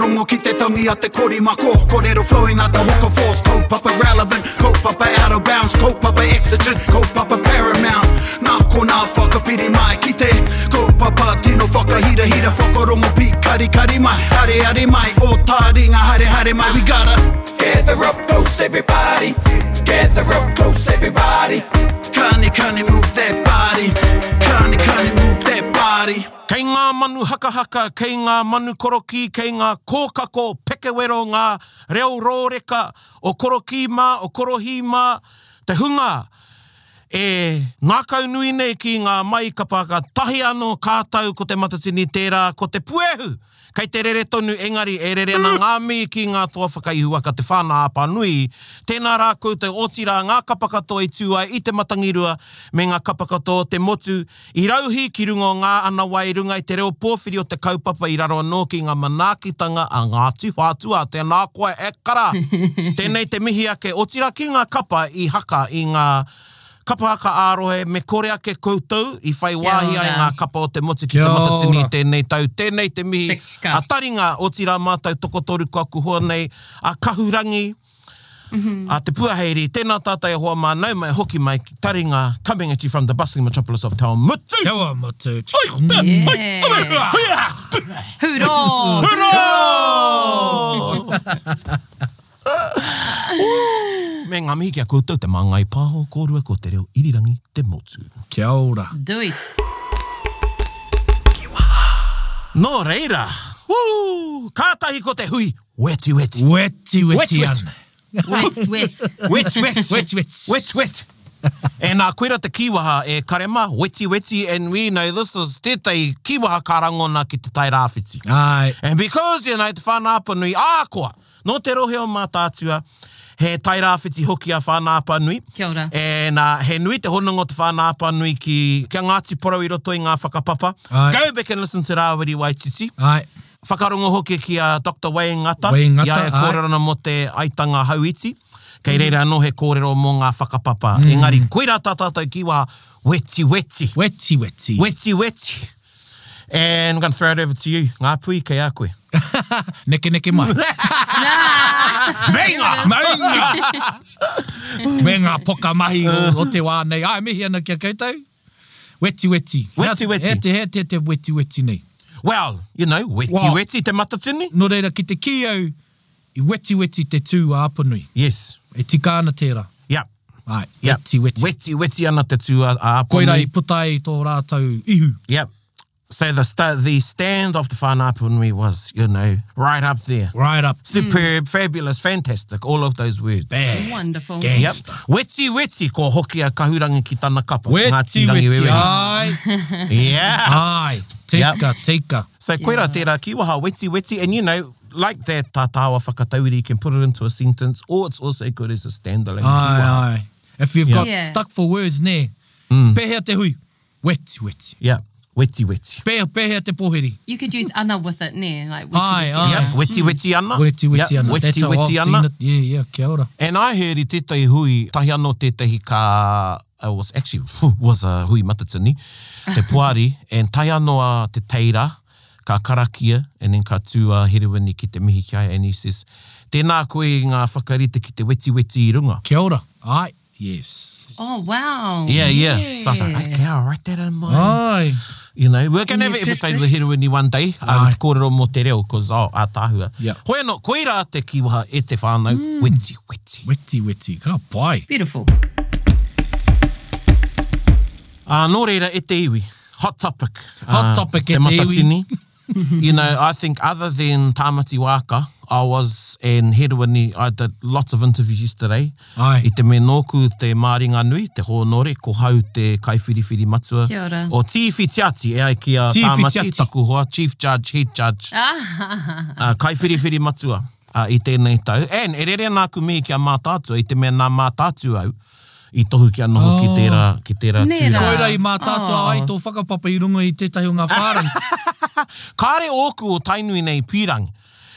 Hongo ki te tangi a te korimako Korero flowing a te hoko force Kaupapa relevant, kaupapa out of bounds Kaupapa exigent, kaupapa paramount Nā ko nā whakapiri mai ki te Kaupapa tino whakahira hira Whakarongo pi kari kari mai Hare hare mai, o tā ringa hare hare mai We gotta Gather up close, everybody. Gather up close, everybody. Kani kani move that body Kani kani move that body Kei ngā manu hakahaka, kei ngā manu koroki, kei ngā kōkako, pekewero ngā reo rōreka, o koroki mā, o korohi mā, te hunga. E ngā kaunui nei ki ngā mai ka pāka tahi anō kātau ko te matatini tērā ko te puehu. Kei te rere tonu engari e rere ana ngā mi ki ngā toa whakaihua ka te whāna āpānui. Tēnā rākou te otira ngā kapakato e tūai i te matangirua me ngā kapakato te motu. I rauhi ki rungo ngā ana wairunga i te reo pōwhiri o te kaupapa i raro anō ki ngā manaakitanga a ngā tuhātua. Tēnā koe e kara. Tēnei te mihi ake otira ki ngā kapa i haka i ngā kapa haka ārohe me kore ake koutou i whai wāhi ai ora. ngā kapa o te moti ki te Kia ora. matatini tēnei tau, tēnei te mihi, Tika. a taringa o tira mātau tokotoru kua kuhoa nei, a kahurangi, a te puaheiri, tēnā tātai hoa mā, nau mai hoki mai ki taringa, coming at you from the bustling metropolis of town, mutu! Kia ora motu. Oi, te, Yeah. oi, oi, huia! Hurō! Hurra! Me ngā mihi kia koutou te māngai pāho kōrua ko te reo irirangi te motu. Kia ora. Do it. Nō reira, woo, kātahi ko te hui, weti weti. Weti weti Wet, wet. ana. Wet, wet. Wet, wet, Wet, wet. wet, wet. e nā koera te kiwaha e karema, weti weti, and we know this is tētai kiwaha karangona ki te tai rāwhiti. Ai. And because, you know, te whanāpa nui ākoa, no te rohe o mā tātua, he tai rāwhiti hoki a whanāpa nui. Kia ora. E nā, he nui te honongo te whanāpa nui ki, kia Ngāti Porau i roto i ngā whakapapa. Ai. Go back and listen to Rāwiri Waititi. Ai. Whakarongo hoki ki a Dr. Wayne Ngata. Wai Ngata, Ia e ai. kōrerana mo te aitanga hauiti. Kei reira anō he kōrero mō ngā whakapapa. Mm. Engari, koira tā tātou ki wā weti weti. Weti weti. Weti weti. And I'm going to throw it over to you. Ngā pui kei a koe. Neke neke mai. Venga! Maunga! Me ngā poka mahi o, o te wā nei. Ai, mihi ana kia koutou. Weti weti. Weti, Hea- weti. Hea te hea te te weti weti nei. Well, you know, weti Wow. weti te matatini. No reira ki te ki au i weti weti te tū a apanui. Yes. E tika ana tērā. Yep. Ai, Yep. weti weti. Weti weti ana te tū a, a apuni. Koira i puta i tō rātau ihu. Yep. So the, sta the stand of the whanāpunui was, you know, right up there. Right up. Superb, fabulous, fantastic, all of those words. Bang. Wonderful. Gang. Yep. Weti weti ko hoki a kahurangi ki tāna kapa. Ngā Weti tirangi weti. wewe. Ai. Yeah. Ai. Tika, Yep. tika. So koera tērā ki waha weti weti and you know, like that tātāwa whakatauri, you can put it into a sentence or it's also good as a standalone. Ah, kiwaha. Ai, ai. If you've Yeah. got Yeah. stuck for words nē, Mm. pehea te hui. Weti weti. Yeah. Weti weti. Pehea, pehea te pohiri. You could use ana with it, ne? Like, witty, Ai, witty. ai. Yeah, weti weti ana. Weti weti yeah, Mm. ana. That's Weti how weti I've ana. seen it. Yeah, yeah, kia ora. And I heard i tētahi hui, tahi anō tētahi ka, it was actually, was a hui matatini, te puari, and tahi anō a te teira, ka karakia, and then ka tūa herewini ki te mihi ki ai, and he says, tēnā koe ngā whakarite ki te weti weti i runga. Kia ora. Ai, yes. Oh, wow. Yeah, yeah. So I was like, okay, I'll write that in mind. Ai. You know, we're going to have an Yeah, good, episode of Heroini one day. Um, Aye. te kōrero mō te reo, because oh, ātāhua. Yeah. Hoi anō, koeira te kiwaha e te whānau, weti weti. Weti weti. Ka pai. Beautiful. Uh, nō reira, e te iwi. Hot topic. Ah, Hot topic, e te te iwi. matatini. you know, I think other than Tāmati Waka, I was in Heruani, I did lots of interviews yesterday. Ai. I te menōku te Māringa Nui, te Hōnore, ko hau te kaiwhiriwhiri matua. Kia ora. O Tiwhi Tiati, e ai ki a Tiwhi Tāmati, Tiati. taku hoa, Chief Judge, Head Judge. Ah, uh, kaiwhiriwhiri matua uh, i tēnei tau. And e rere nā ku mihi kia mā tātua, i te mea nā mā tātua au, i tohu kia noho oh. ki tērā, ki tērā Nē tūra. rā. Koira i mā Oh. tātua ai tō whakapapa i runga i tētahi o ngā whārangi. Kāre ōku o tainui nei pīrangi.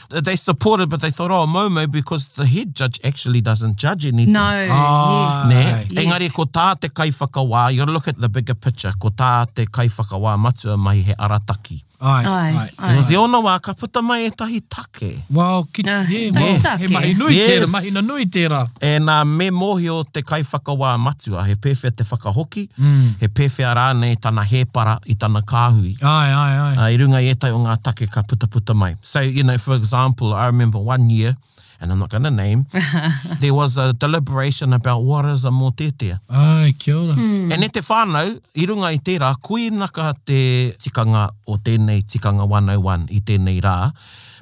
They supported, but they thought, oh, Momo, because the head judge actually doesn't judge anything. no. Ah. Yes. Ne? Yes. Engari, ko tā te kaiwhakawā, you gotta look at the bigger picture, ko tā te kaiwhakawā matua mai he arataki. Ai, Ai, ai. ai. Right. He ona wā ka puta mai e tahi take. Wow, ki, Ah, yeah, tahi wow. take. He mahi nui Yes. tērā, mahi na nui tērā. E nā me mohi o te kaiwhakawā matua, he pēwhia te whakahoki, mm. he pēwhia rānei tāna hēpara i tāna kāhui. Ai, ai, ai. uh, i runga e tai o ngā take ka puta puta mai. So, you know, for example, I remember one year, and I'm not going to name, there was a deliberation about what is a motetea. Ai, kia ora. Hmm. Mm. E ne te whānau, i runga i tērā, kui naka te tikanga o tēnei tikanga 101 i tēnei rā,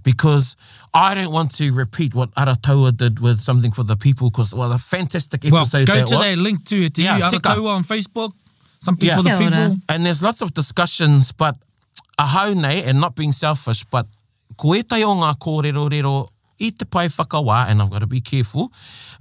because I don't want to repeat what Arataua did with something for the people, because it was a fantastic Well, episode go that to was. that link too. It's Yeah, yeah, you tika. Arataua on Facebook. Some people, Yeah. the Kia ora. people. And there's lots of discussions, but a haunei, and not being selfish, but ko e tai o ngā kōrero rero i te pai whakawā, and I've got to be careful,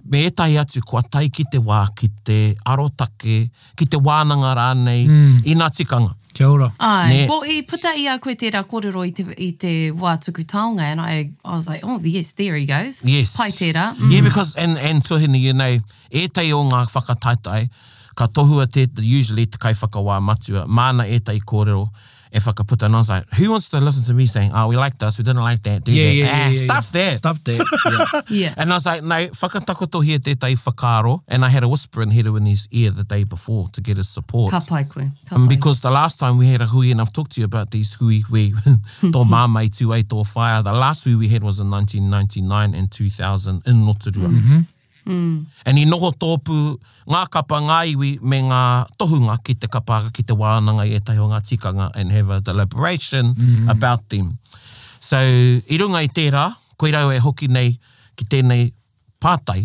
me e tai atu kua tai ki te wā, ki te arotake, ki te wānanga rānei, mm. i nā tikanga. Kia ora. Ai, Ne. well, i puta i a koe tērā kōrero i te, i te wā tuku taonga, and I, I was like, oh, yes, there he goes. Yes. Pai tērā. Mm. Yeah, because, and, and tuhine, you know, e tai o ngā whakataitai, ka tohua te, usually te kai whakawā matua, māna e tai kōrero, e whakaputa, and I was like, who wants to listen to me saying, oh, we like this, we didn't like that, do Yeah, that, yeah, ah, yeah, yeah. stuff yeah. that. Stuff that. Yeah. Yeah. And I was like, no, whakatakoto here tētai whakaro. And I had a whisper in Heru in his ear the day before to get his support. Ka pai koe. Ka Um, pai. because the last time we had a hui, and I've talked to you about these hui, we, tō māmai tū ei tō whaia, the last hui we had was in 1999 and 2000 in Rotorua. Mm-hmm. And i noho tōpū ngā kapa, ngā iwi me ngā tohunga ki te kapaka, ki te wānanga i e tahi o ngā tikanga and have a deliberation mm-hmm. about them. So, i runga i tērā, koe rau e hoki nei ki tēnei pātai,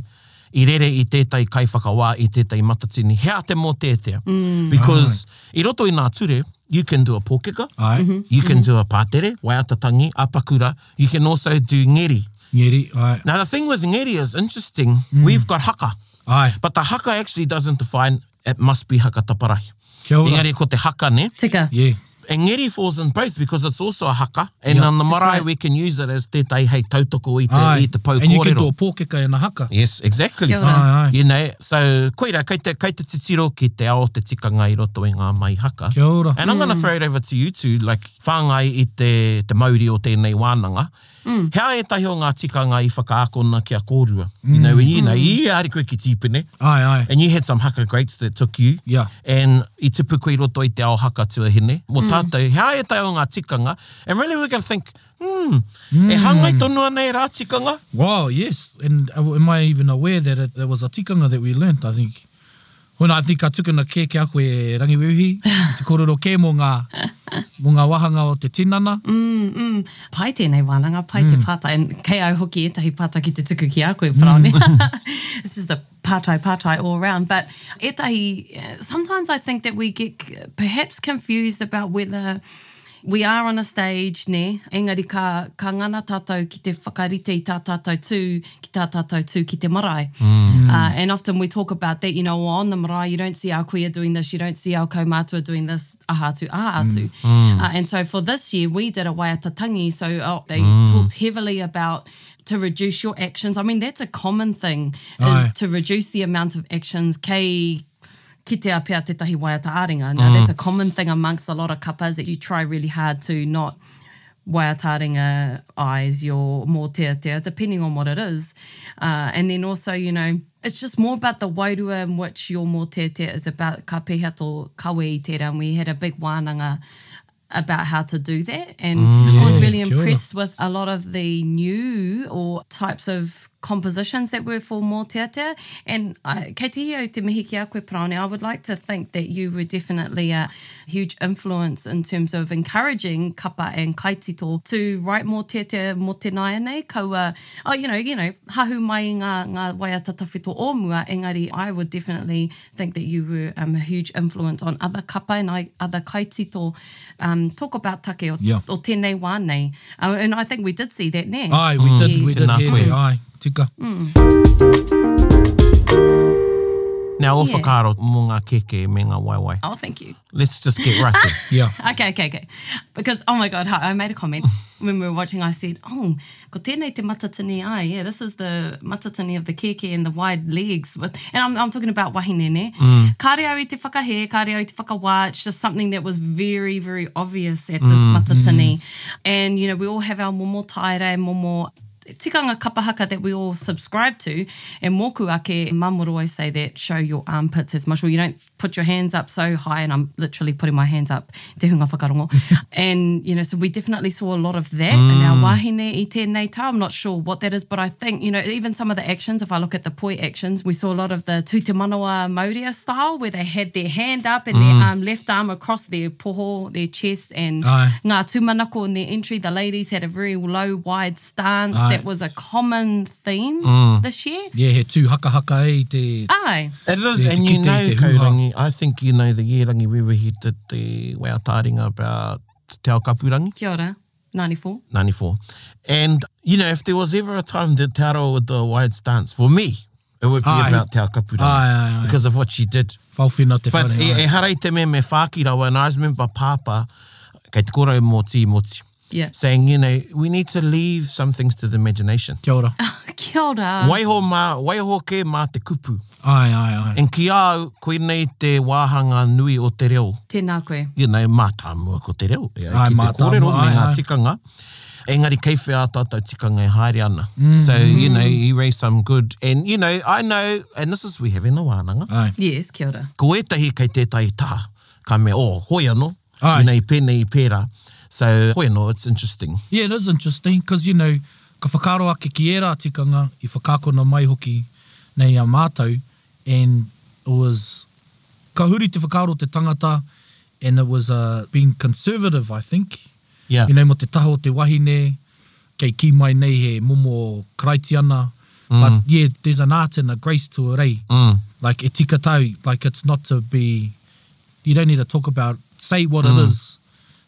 i rere i tētai kaiwhakawā, i tētai matatini, hea te mō tētea. Mm. Because i roto i nā ture, you can do a pōkeka, Ai. Mm-hmm. Mhm. you can do a pātere, waiatatangi, apakura, you can also do ngeri. Ngeri. Ai. Now the thing with ngeri is interesting, we've got haka, Ai. but the haka actually doesn't define, it must be haka taparahi. Kia ora. Engari ko te haka ne, Tika. Yeah. and ngeri falls in both because it's also a haka, and on the marae right. we can use it as tētai hei tautoko i te, Ai. i te pau And you can do a kōrero. pōkeka e and a haka. Yes, exactly. Kia ora. Ai, ai. You know, so koe rā, kei te, kei te titiro ki te ao te tikanga i roto i ngā mai haka. Kia ora. And I'm going to throw it over to you two, like whāngai i te, te mauri o tēnei wānanga. Mm. Hea e tahi o ngā tikanga i whakaakona kia kōrua. Mm. You know, and you know, i ari koe ki tīpene. Ai, ai. And you had some haka greats that took you. Yeah. And i tipu koe roto i te ao haka tuahine. Mō tātou, hea e tahi o ngā tikanga. And really we're going to think, hmm, Mm. e hangai tonu anei rā tikanga? Wow, yes. And uh, am I even aware that it, there was a tikanga that we learnt, I think. When I think I took in a ke ke a koe e rangiweuhi, te kororo ke mō ngā, mō ngā wahanga o te tinana. Mm. Mm, mm. Pai tēnei wānanga, pai te pātai. And kei au hoki etahi pātai ki te tuku ki a koe, parāne. It's just a pātai pātai all around. But etahi, uh, sometimes I think that we get c- perhaps confused about whether we are on a stage, ne? Engari ka, ka ngana tātou ki te whakarite i tā tātou tū, ki tā tātou tū ki te marae. Uh, and often we talk about that, you know, on the marae, you don't see our queer doing this, you don't see our kaumātua doing this, ahatu, ahatu. Uh, and so for this year, we did a waiatatangi, so oh, they talked heavily about to reduce your actions. I mean, that's a common thing, is Aye. to reduce the amount of actions kei ki te apea tētahi waiataaringa. Mm. Now, that's a common thing amongst a lot of kapas that you try really hard to not waiataaringa eyes your more te atea, depending on what it is. Uh, and then also, you know, it's just more about the wairua in which your more te atea is about ka pēhea tō kawe i tērā. And we had a big wānanga about how to do that. And I was Mm. Yeah, really kia ora. impressed with a lot of the new or types of compositions that were for Mō Teatea. And I, kei te hiau te mihi ki a koe parāne, I would like to think that you were definitely a huge influence in terms of encouraging kapa and kaitito to write Mō Teatea mō te naianei, kaua, oh, you know, you know, hahu mai i ngā, ngā waiatatawhito o mua, engari, I would definitely think that you were um, a huge influence on other kapa and I, other kaitito um, talk about take o, Yeah. o tēnei wānei. Uh, and I think we did see that now. Ai, we Mm. did, Yeah. Mm. we did Tēnā hear, koe. ai, tika. Now, o Yeah. whakaro mō ngā keke me ngā waiwai. Oh, thank you. Let's just get right there. Yeah. Okay, okay, okay. Because, oh my God, I I made a comment when we were watching. I said, oh, ko tēnei te matatini ai. Yeah, this is the matatini of the keke and the wide legs. With, and I'm, I'm talking about wahinene. Mm. Kāreau i te whakahe, kāreau i te whakawā. It's just something that was very, very obvious at this matatini. And, you know, we all have our momo taere, momo tikanga kapahaka that we all subscribe to, and moku ake, mum would always say that show your armpits as much, or you don't put your hands up so high, and I'm literally putting my hands up, te hunga whakarongo. and, you know, so we definitely saw a lot of that in our wahine i tēnei tau. I'm not sure what that is, but I think, you know, even some of the actions, if I look at the poi actions, we saw a lot of the tute manawa Maoria style, where they had their hand up and their um, left arm across their poho, their chest, and Aye. ngā tūmanako in their entry, the ladies had a very low, wide stance. Aye. Mm. That was a common theme this year. Yeah, he tū haka haka e i te... Aye. It is, Yeah, and te you kite i know, te huha. Kaurangi, I think you know the yerangi river he did the Wao Tāringa about Te Ao Kapurangi, Kia ora. 94. 94. And, you know, if there was ever a time that Te Aro with the wide stance, for me, it would be Aye. about Te Ao Kapurangi. Aye, aye, aye. Because of what she did. Whawhina te But whare. e, e harai te me me whākirawa, and I remember Papa, kei te kōrau mōti mōti, Yeah. saying, you know, we need to leave some things to the imagination. Kia ora. Kia ora. Waiho, mā, waiho ke mā te kupu. Ai, ai, ai. And ki au, koinei te wāhanga nui o te reo. Tēnā koe. you know, mātāmua ko te reo. E, Ai, ai, ki te mātāmua, kōrero me ai, ngā ai. tikanga. Engari, kei whea tātou tikanga e haere ana. Mm. So, you know, you raise some good. And, you know, I know, and this is, we have in a wānanga, Ai. Yes, kia ora. ko etahi kei tētai tā, ka me, oh, hoi anō, Ai. you know, i pēnei i pērā. So, hoi anō, it's interesting. Yeah, it is interesting because, you know, ka whakaro ake ki e rā tikanga i whakakona mai hoki nei a mātou and it was ka huri te whakaro te tangata and it was uh, being conservative, I think. Yeah. You know, mo te taho o te wahine, kei ki mai nei he momo kraitiana. But yeah, there's an art and a grace to it, eh? Mm. Like, e tika tau, like it's not to be, you don't need to talk about, say what it is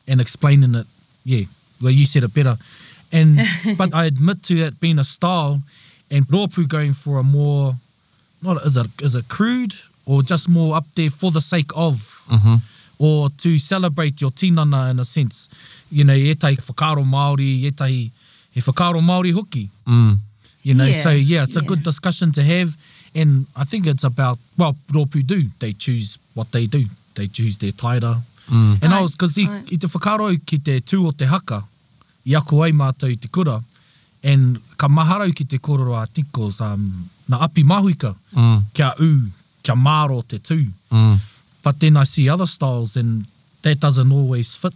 and explaining it. Yeah, well, you said it better. And, but I admit to that being a style and Rōpū going for a more, not is it, is it crude or just more up there for the sake of or to celebrate your tinana in a sense. You know, e tahi whakaro Māori, e tahi he whakaro Māori hoki. Mm. You know, Yeah, so yeah, it's a good yeah. discussion to have. And I think it's about, well, Rōpū do. They choose what they do. They choose their taira. Mm. And I Right, was, because i, right. i te whakarau ki te tū o te haka, i ako ai mātou i te kura, and ka maharau ki te kororo I think was, um, na api mahuika, Mm. kia ū, kia māro te tū. Mm. But then I see other styles and that doesn't always fit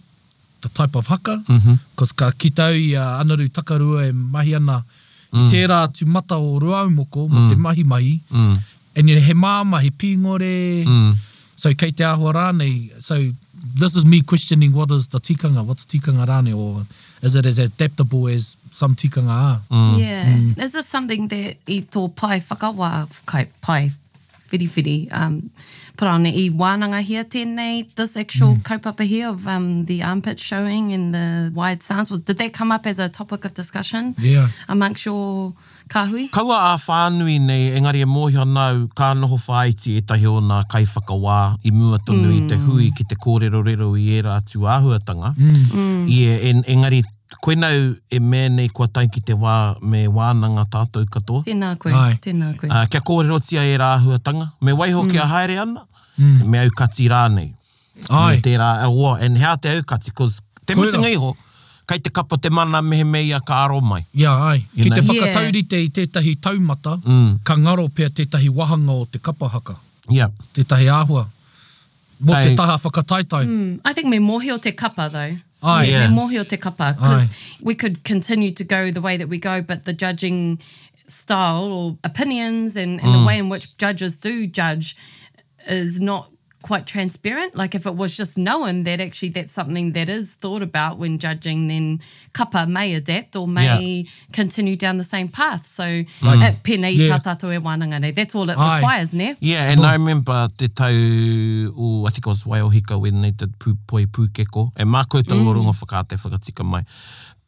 the type of haka. Mhm. Because ka kitau i uh, Anaru Takarua e mahi ana mm. i tērā tu mata o Ruaumoko mo te mahi mahi. Mm. And then he māma, he pīngore. Mm. So kei te ahua rānei. So this is me questioning what is the tikanga, what's tikanga rānei or is it as adaptable as some tikanga are? Mm. Yeah. Mm. Is this something that i tō pai whakawa, kai pai whiriwhiri, um, parane i wānanga here tēnei, this actual Mm. kaupapa here of um, the armpit showing and the wide stance, was, did that come up as a topic of discussion Yeah. amongst your kahui? Kaua a whānui nei, engari e mōhio nau, kā noho whaiti e tahi o nā kaiwhakawā i mua tonu mm. i te hui ki te kōrero rero i e rā tu āhuatanga. Mm. Yeah, en, engari, koinau e mēnei kua tai ki te wā, me wānanga tātou katoa. Tēnā koe, Ai. tēnā koe. Uh, kia kōrero tia e rā āhuatanga. Me waiho mm. kia haere ana, mm. me aukati rānei. Ai. Me te rā, awa, and hea te aukati, 'cause te Koira. mitinga iho, kai te kapa te mana mehe meia ka aro mai. Ia, ai. You Ki te know? whakataurite i tētahi taumata, Mm. ka ngaro pia tētahi wahanga o te kapahaka. Yeah. tētahi āhua. Mō Ai. te taha whakataitau. Mm. I think me mohi o te kapa though. Ai. Yeah. Me mohi o te kapa because we could continue to go the way that we go, but the judging style or opinions and, and the way in which judges do judge is not quite transparent. Like if it was just known that actually that's something that is thought about when judging, then kapa may adapt or may continue down the same path. So eh, pēnei i Yeah. tā tātou e wānanga nei. That's all it Ai. requires, ne? Yeah, and I remember te tau, ooh, I think it was Waiohika when they did Pū, Poi Pūkeko, and mā koutango mm. rongo whakate whakatika mai.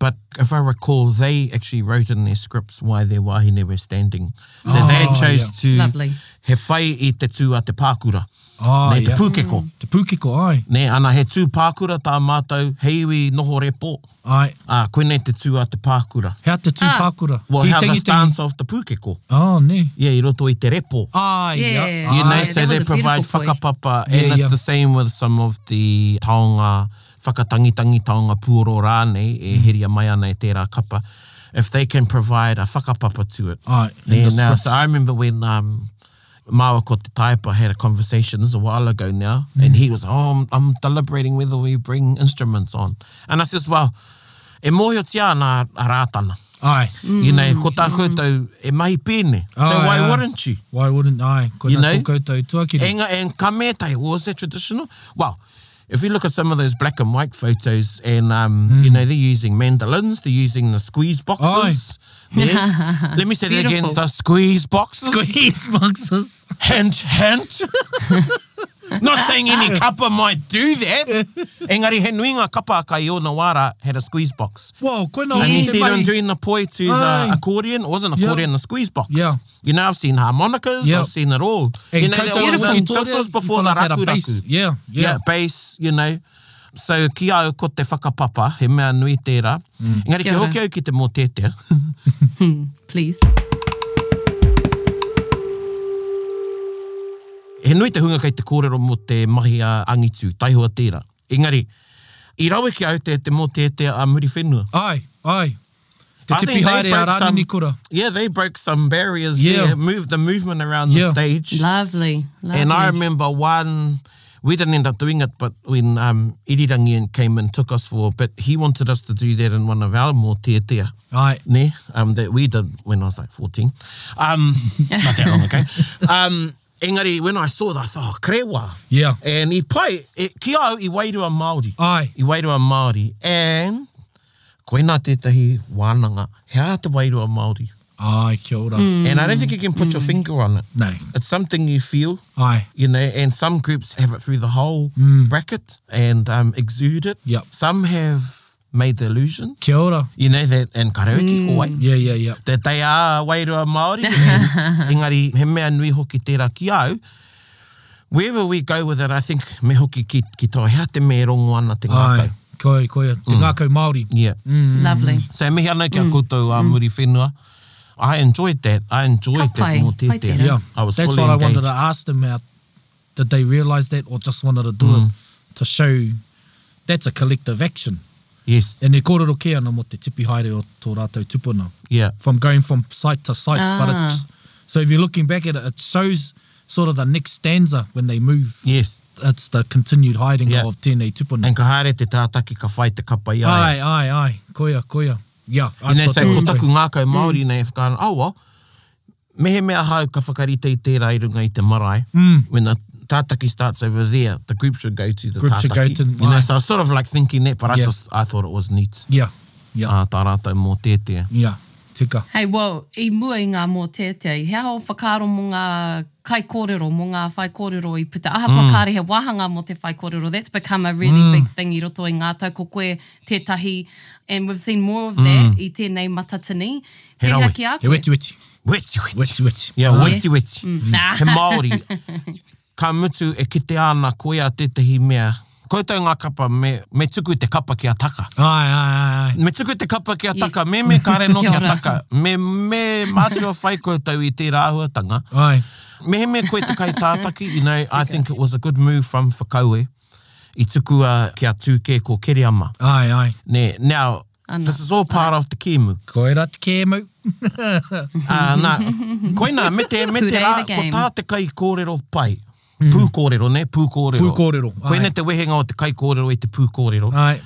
But if I recall, they actually wrote in their scripts why their wahine were standing. So they Oh, chose yeah. to Lovely. he whai i te tū a te pākura. Ah, Nei, te yeah. pūkeko. Mm. Te pūkeko ai. Ne, ana he tū pākura tā mātou heiwi noho repo. Ai. Ah, koinei te tū a te pākura. Hea te tū Ah. pākura. Well, how the Tēngi tēngi. stance of the pūkeko. Oh, ne. Ia, i roto i te repo. Ai, Yeah. yeah. You Ah, know, yeah, Ai. so that was they a provide beautiful place. whakapapa, and Yeah, it's yeah. the same with some of the taonga whakatangitangi taonga puoro rānei, e Mm. heria mai ana e tērā kapa, if they can provide a whakapapa to it. Ai. Yeah, And the now, scripts. so I remember when um, Mawa ko te taipa had a conversation, this is a while ago now, Mm. and he was, oh, I'm, I'm deliberating whether we bring instruments on. And I says, well, e mōhio te ana a rātana. Ai. Mm. You know, ko tā koutou, e mahi pēne. so Ai, why ai. wouldn't you? Why wouldn't I? Ko You you know? know? koutou tuakiri. Enga and kametai, was that traditional? Well, if you look at some of those black and white photos, and um, you know they're using mandolins, they're using the squeeze boxes. Yeah. Let me say that again: Beautiful. the squeeze boxes. Squeeze boxes. Hint, hint. Not saying any kapa might do that. Engari, he nuinga kapa ka i ona wara had a squeeze box. Wow, koina And he yeah. said, I'm doing the poi to the Aye. accordion. It wasn't Yeah. accordion, the squeeze box. Yeah. You know, I've seen harmonicas, Yeah. I've seen it all. you know, that was, Beautiful. um, this was before the raku raku. Yeah, yeah. yeah. bass, you know. So ki au ko te whakapapa, he mea nui tērā. Mm. Engari ki Kia ora. hoki au ki te mōtetea. Please. he nui te hunga kei te kōrero mō te mahi a angitū, taihua tērā. Engari, i rawe ki au te, te mōtetea a muri whenua. Ai, ai. Te I tipi think they haere a broke rāne some- ni kura. Yeah, they broke some barriers Yeah. there, moved the movement around Yeah. the stage. Lovely. Lovely. And I remember one, we didn't end up doing it, but when um, Irirangian came and took us for a bit, he wanted us to do that in one of our more teatea, Ai. ne, um, that we did when I was like 14. Um, not that long ago. Um, engari, when I saw that, I thought, oh, krewa. Yeah. And i pai, e, ki au i wairua Māori. Ai. I wairua Māori. And koina tētahi wānanga, hea te wairua Māori. Ai, kia ora. Mm. And I don't think you can put your finger on it. Nei. It's something you feel. Ai. you know, and some groups have it through the whole bracket and um, exude it. Hmm. Yep. Some have made the illusion, Kia ora. Mm. you know, that and karaoke mm. koi, Yeah, yeah, yeah. that they are wairua Māori. and, engari, he mea nui hoki tērā ki au. Wherever we go with it, I think me hoki ki, ki tō hea te me rongo ana te Ai. ngākau. Mm. Koe, koe. Te ngākau Māori. Mm, Yeah. Lovely. So mihi ana kia mm. koutou a muri whenua. I enjoyed that. I enjoyed Ka pai, that mō pai tētē. tērā. Yeah. I was That's fully what I engaged. wanted to ask them out. Did they realise that or just wanted to do Mm. it to show that's a collective action. Yes, And e kōrero ke ana mo te tipi haere o tō rātou tupuna. yeah. From going from site to site. But Ah. it's, so if you're looking back at it, it shows sort of the next stanza when they move. Yes. It's the continued hiding Yeah. of tēnei tupuna. And ka haere te tātaki ka whai te kapa i aia. Ai, ai, ai. Koia, koia. Ia. I nei say, ko taku Mm. ngākau Māori nei, whakana, oh well, mehe mea hau ka whakarite i tērā i runga i te marae. Mm. When the tātaki starts over there, the group should go to the Group tātaki. should go to- you know, aye. so I was sort of like thinking that, but I Yeah. just, I thought it was neat. Ia, ia, Ah, tā rātou mō tētea. ia. Tika. Hei, wow, i mua i ngā mō tētei. Hea o whakaro mō ngā kai kōrero, mō ngā whai kōrero i puta. Aha mm. pakare he wahanga mō te whai kōrero. That's become a really mm. big thing i roto i ngātau ko koe tētahi. And we've seen more of that mm. i tēnei matatini. He Kei rawe, haki a Te koe. weti weti. Weti weti. Weti weti. Yeah, Ah. weti weti. Ah. He Māori. ka mutu e kite ana koe a tētahi mea. Koutou ngā kapa, me, me tuku i te kapa ki a taka. Ai, ai, ai. Me tuku te kapa ki a Yes. taka, me me kare no ki Kia a ora. taka. Me me mātua whai koutou i te rāhuatanga. Ai. Me he mea koe te kai tātaki, you know, I think it was a good move from Whakaue i tuku a kia tūke ko Kereama. Ai, ai. Ne, now, Ana. this is all part of the kēmu. Koera te kēmau. Uh, nā, koina, me te, me te Who rā, day the ko game? tā te kai kōrero pai. Mm. Pūkōrero, ne? Pūkōrero. Pūkōrero, Hmm. ai. Ah. Koina te wehenga o te kai kōrero i te pūkōrero. Ai.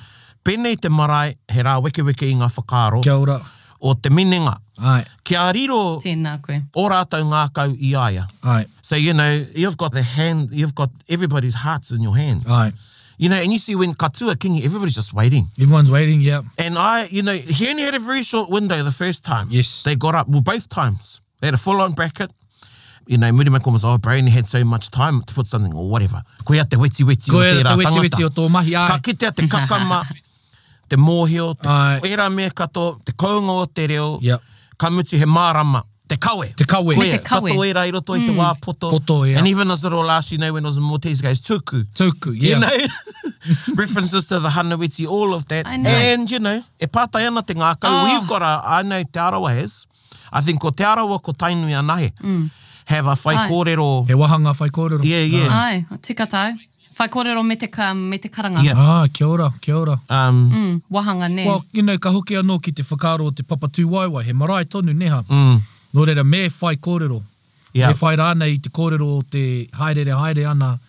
Pēnei te marae, he rā weke weke i ngā whakaaro, Kia ora. o te minenga. Ai, Kia riro Tēnā koe. o rātou ngākau i aia. ai, So, you know, you've got the hand, you've got everybody's hearts in your hands. ai. You know, and you see when Katua Kingi, everybody's just waiting. Everyone's waiting, yeah. And I, you know, he only had a very short window the first time. Yes. They got up, well, both times. They had a full on bracket. You know, Muri Makum was, oh, Brain had so much time to put something or whatever. Ko ia te weti weti o Koera tērā te weti tangata. weti o tō mahi, Ka ai. kite a te kakama, te mōhio, te Ai. era mea kato, te kaunga o te reo, Yep. ka mutu he mārama, te te kawe. Te kawe. Mm. Me te kawe. Tato e rei roto i te wā poto. Poto, yeah. And even as little last, you know, when I was in Maltese, guys, tuku. Tauku, yeah. You know, references to the Hanawiti, all of that. I know. And, you know, e pātai ana te ngākau. Oh. We've got a, I know Te Arawa has, I think ko Te Arawa ko Tainui Anahe, Mm. have a whai Ai. kōrero. He wahanga whai kōrero. Yeah, yeah. Ai, tika tau. Whai kōrero me te, ka, me te karanga. Yeah. Ah, kia ora, kia ora. Um, Mm, wahanga ne. Well, you know, ka hoki anō ki te whakaro o te papatū waiwai, he marae tonu neha. mm, Nō reira, me whai kōrero. yeah. E whai rāna i te kōrero o te haere haere ana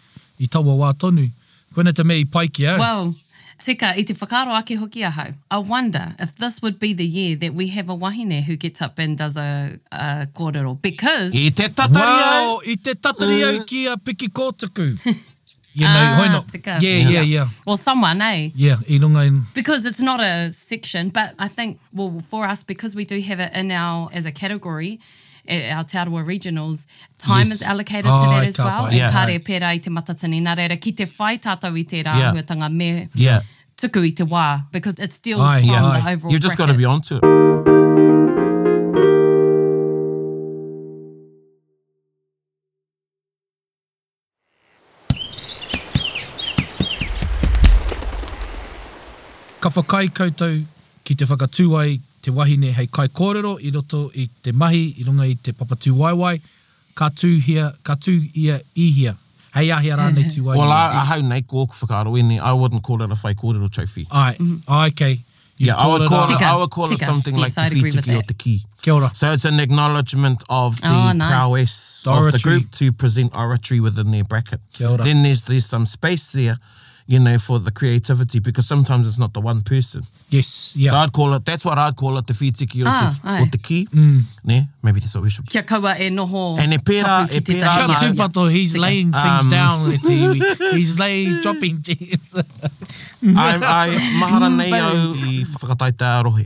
i taua wā tonu. Koena te me i paiki au. Well, tika, i te whakaro ake hoki ahau, I wonder if this would be the year that we have a wahine who gets up and does a, a kōrero. Because, I te tatari Wow, au. i te tatari au ki a piki kōtuku. You know, Ah, hoina. tika. Yeah, yeah, yeah. or someone, eh? Yeah, i runga in. because it's not a section, but I think, well, for us, because we do have it in our, as a category, at our Taurua regionals, time Yes. is allocated Oh, to that ai, as ka well. pai, E yeah. tāre pērā i te matatini, nā reira, ki te whai tātou i te Yeah. rāhuatanga me Yeah. tuku i te wā, because it steals Ai, from yeah. the Ai. overall You've just got to bracket. be onto it. Ka whakai koutou ki te whakatū ai te wahine hei kai kōrero i roto i te mahi, i runga i te papatū waiwai, ka tū, hia, ka tū ia i hia. Hei ahia rānei tū wai. Well, I, I hau nei ko oku whakaro ini. I wouldn't call it a whai kōrero trophy. Ai, ai, okay. You Yeah, I would it call out. it, Tika, I would call it tika. something like Yes, the I'd agree with whitiki or that. the key. Kia ora. So it's an acknowledgement of the Oh, nice. prowess of the Oratory. group to present oratory within their bracket. Kia ora. Then there's there's some space there, you know, for the creativity because sometimes it's not the one person. Yes, So yeah. I'd call it that's what I'd call it the whitiki or, Ah, the, aye. or the key. Mm. Ne? Maybe that's what we should. Kia kaua e noho And e pērā- tapu ki e te pērā tahi Ka nā- atu. Kia tūpato, he's laying things Um, down with the, he's laying, he's dropping things. I'm I mahara nei au i whakataita rohe.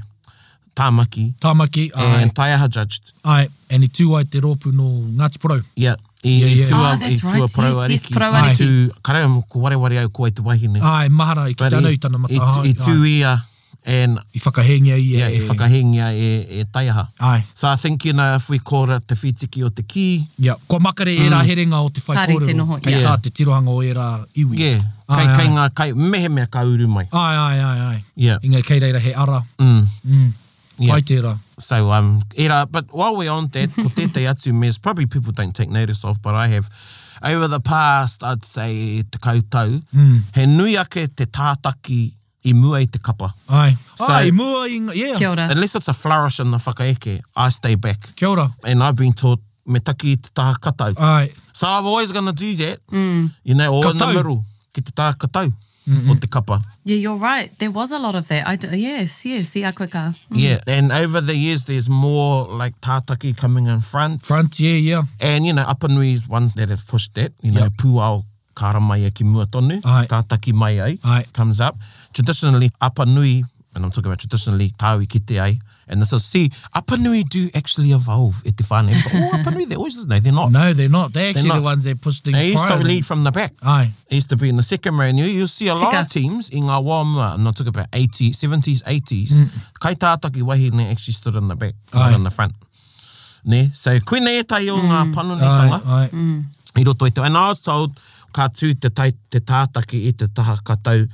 Tāmaki. Tamaki, ai, And tai aha judged. ai, and i tū ai te rōpū nō Ngāti Porou. Yeah. I, Yeah, i yeah. tua, Oh, that's i tua right. Yes, parauariki. yes, parauariki. I tū, karau mo ko wareware au koe te wahine. Ai, mahara i ki But tānau i, i tāna mata. i, ai, i e ai. tū ia and I whakahengia i e. yeah, i whakahingia e, e taiaha. Ai. So I think, you know, if we call it te whitiki o te ki, Ia, kua makare Mm. e rā herenga o te whai Tāre te noho, kōrero. Kei ia. tā te tirohanga o e rā iwi. yeah, kai, Ai, ai. kai ngā, kai, mehe mea ka uru mai. Ai, ai, ai, ai. Yeah. Inga kei reira he ara. Mm. Mm. Yeah. Pai te rā. So, um, era, but while we're on that, ko tētai atu me, is probably people don't take notice of, but I have, over the past, I'd say, te kautau, mm. he nui ake te tātaki i mua i te kapa. Ai. So- ai, mua inga, yeah. Kia ora. Unless it's a flourish in the whakaeke, I stay back. Kia ora. And I've been taught, me taki i te taha katau. Ai. So I'm always going to do that. Mm. You know, or in the Katau. middle. Ki te tā katau. Mm-hmm. O te kapa. Yeah, you're right. There was a lot of that. I d yes, yes, ia koe ka. Yeah. And over the years, there's more like tātaki coming in front. Front, yeah, yeah. And, you know, Upper Nui is ones that have pushed that. You know, Yep. pūao karamaia ki mua tonu. Aye. Tātaki mai ai. Aye. Comes up. Traditionally, Upper Nui, and I'm talking about traditionally, tāui ki te ai. And this is, see, Upper Nui do actually evolve e te whānau. But, oh, Upper Nui, they always, no, they're not. No, they're not. They're actually not. the ones that push things They used to prior. lead from the back. Ai. It used to be in the second round. You, you see a lot of Tika. teams in our warm, uh, I'm not talking about 80s, 70s, 80s. Kai tātaki wahine actually stood in the back, not Mm. Aye. Mm. in the front. Ne? So, koina e tai o ngā Ai, panunitanga ai. i roto i te. And I was told, ka tū te, tai, te tātaki i te taha katau,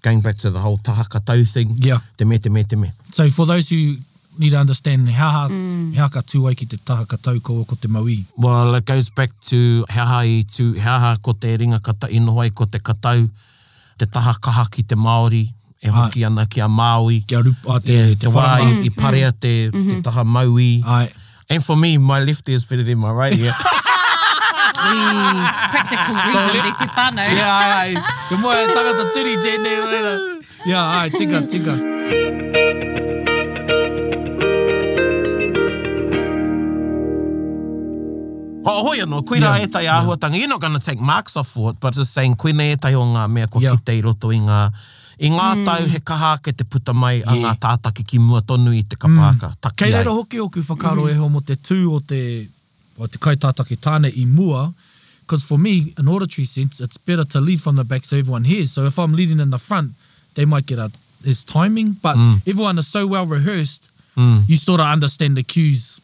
going back to the whole taha katau thing, Yeah. te me, te me, te me. So for those who need to understand, haha, haha ka tū ai ki te taha ka tau ko ko te maui. Well, it goes back to heaha i tū, heaha ko te ringa kata inoa i ko te katau, te taha kaha ki te Māori, e hoki ana ki a Māui. Kia rupa, te, yeah, te te wā whānau. i, i parea te, Mm-hmm. te taha maui. Ai. And for me, my left ear is better than my right ear. We practical reason, re te whānau. Ia, ai, ai. Ka mua e tangata turi tēnei reira. Ia, ai, tika, tika. oh, hoi anō, kuira Yeah, yeah, e tai āhuatanga. You're not going to take marks off for it, but just saying, koina e tai o ngā mea kua Yeah. yeah. ki te i roto i ngā... I ngā mm. tau he kaha ke te puta mai yeah. a ngā tātaki ki mua tonu i te kapāka. Mm. Taki Kei reira ai. hoki oku whakaro e ho mo te tū o te, o te kaitātaki tāne i mua, because for me, in auditory sense, it's better to lead from the back so everyone hears. So if I'm leading in the front, they might get a, it's timing, but everyone is so well rehearsed, you sort of understand the cues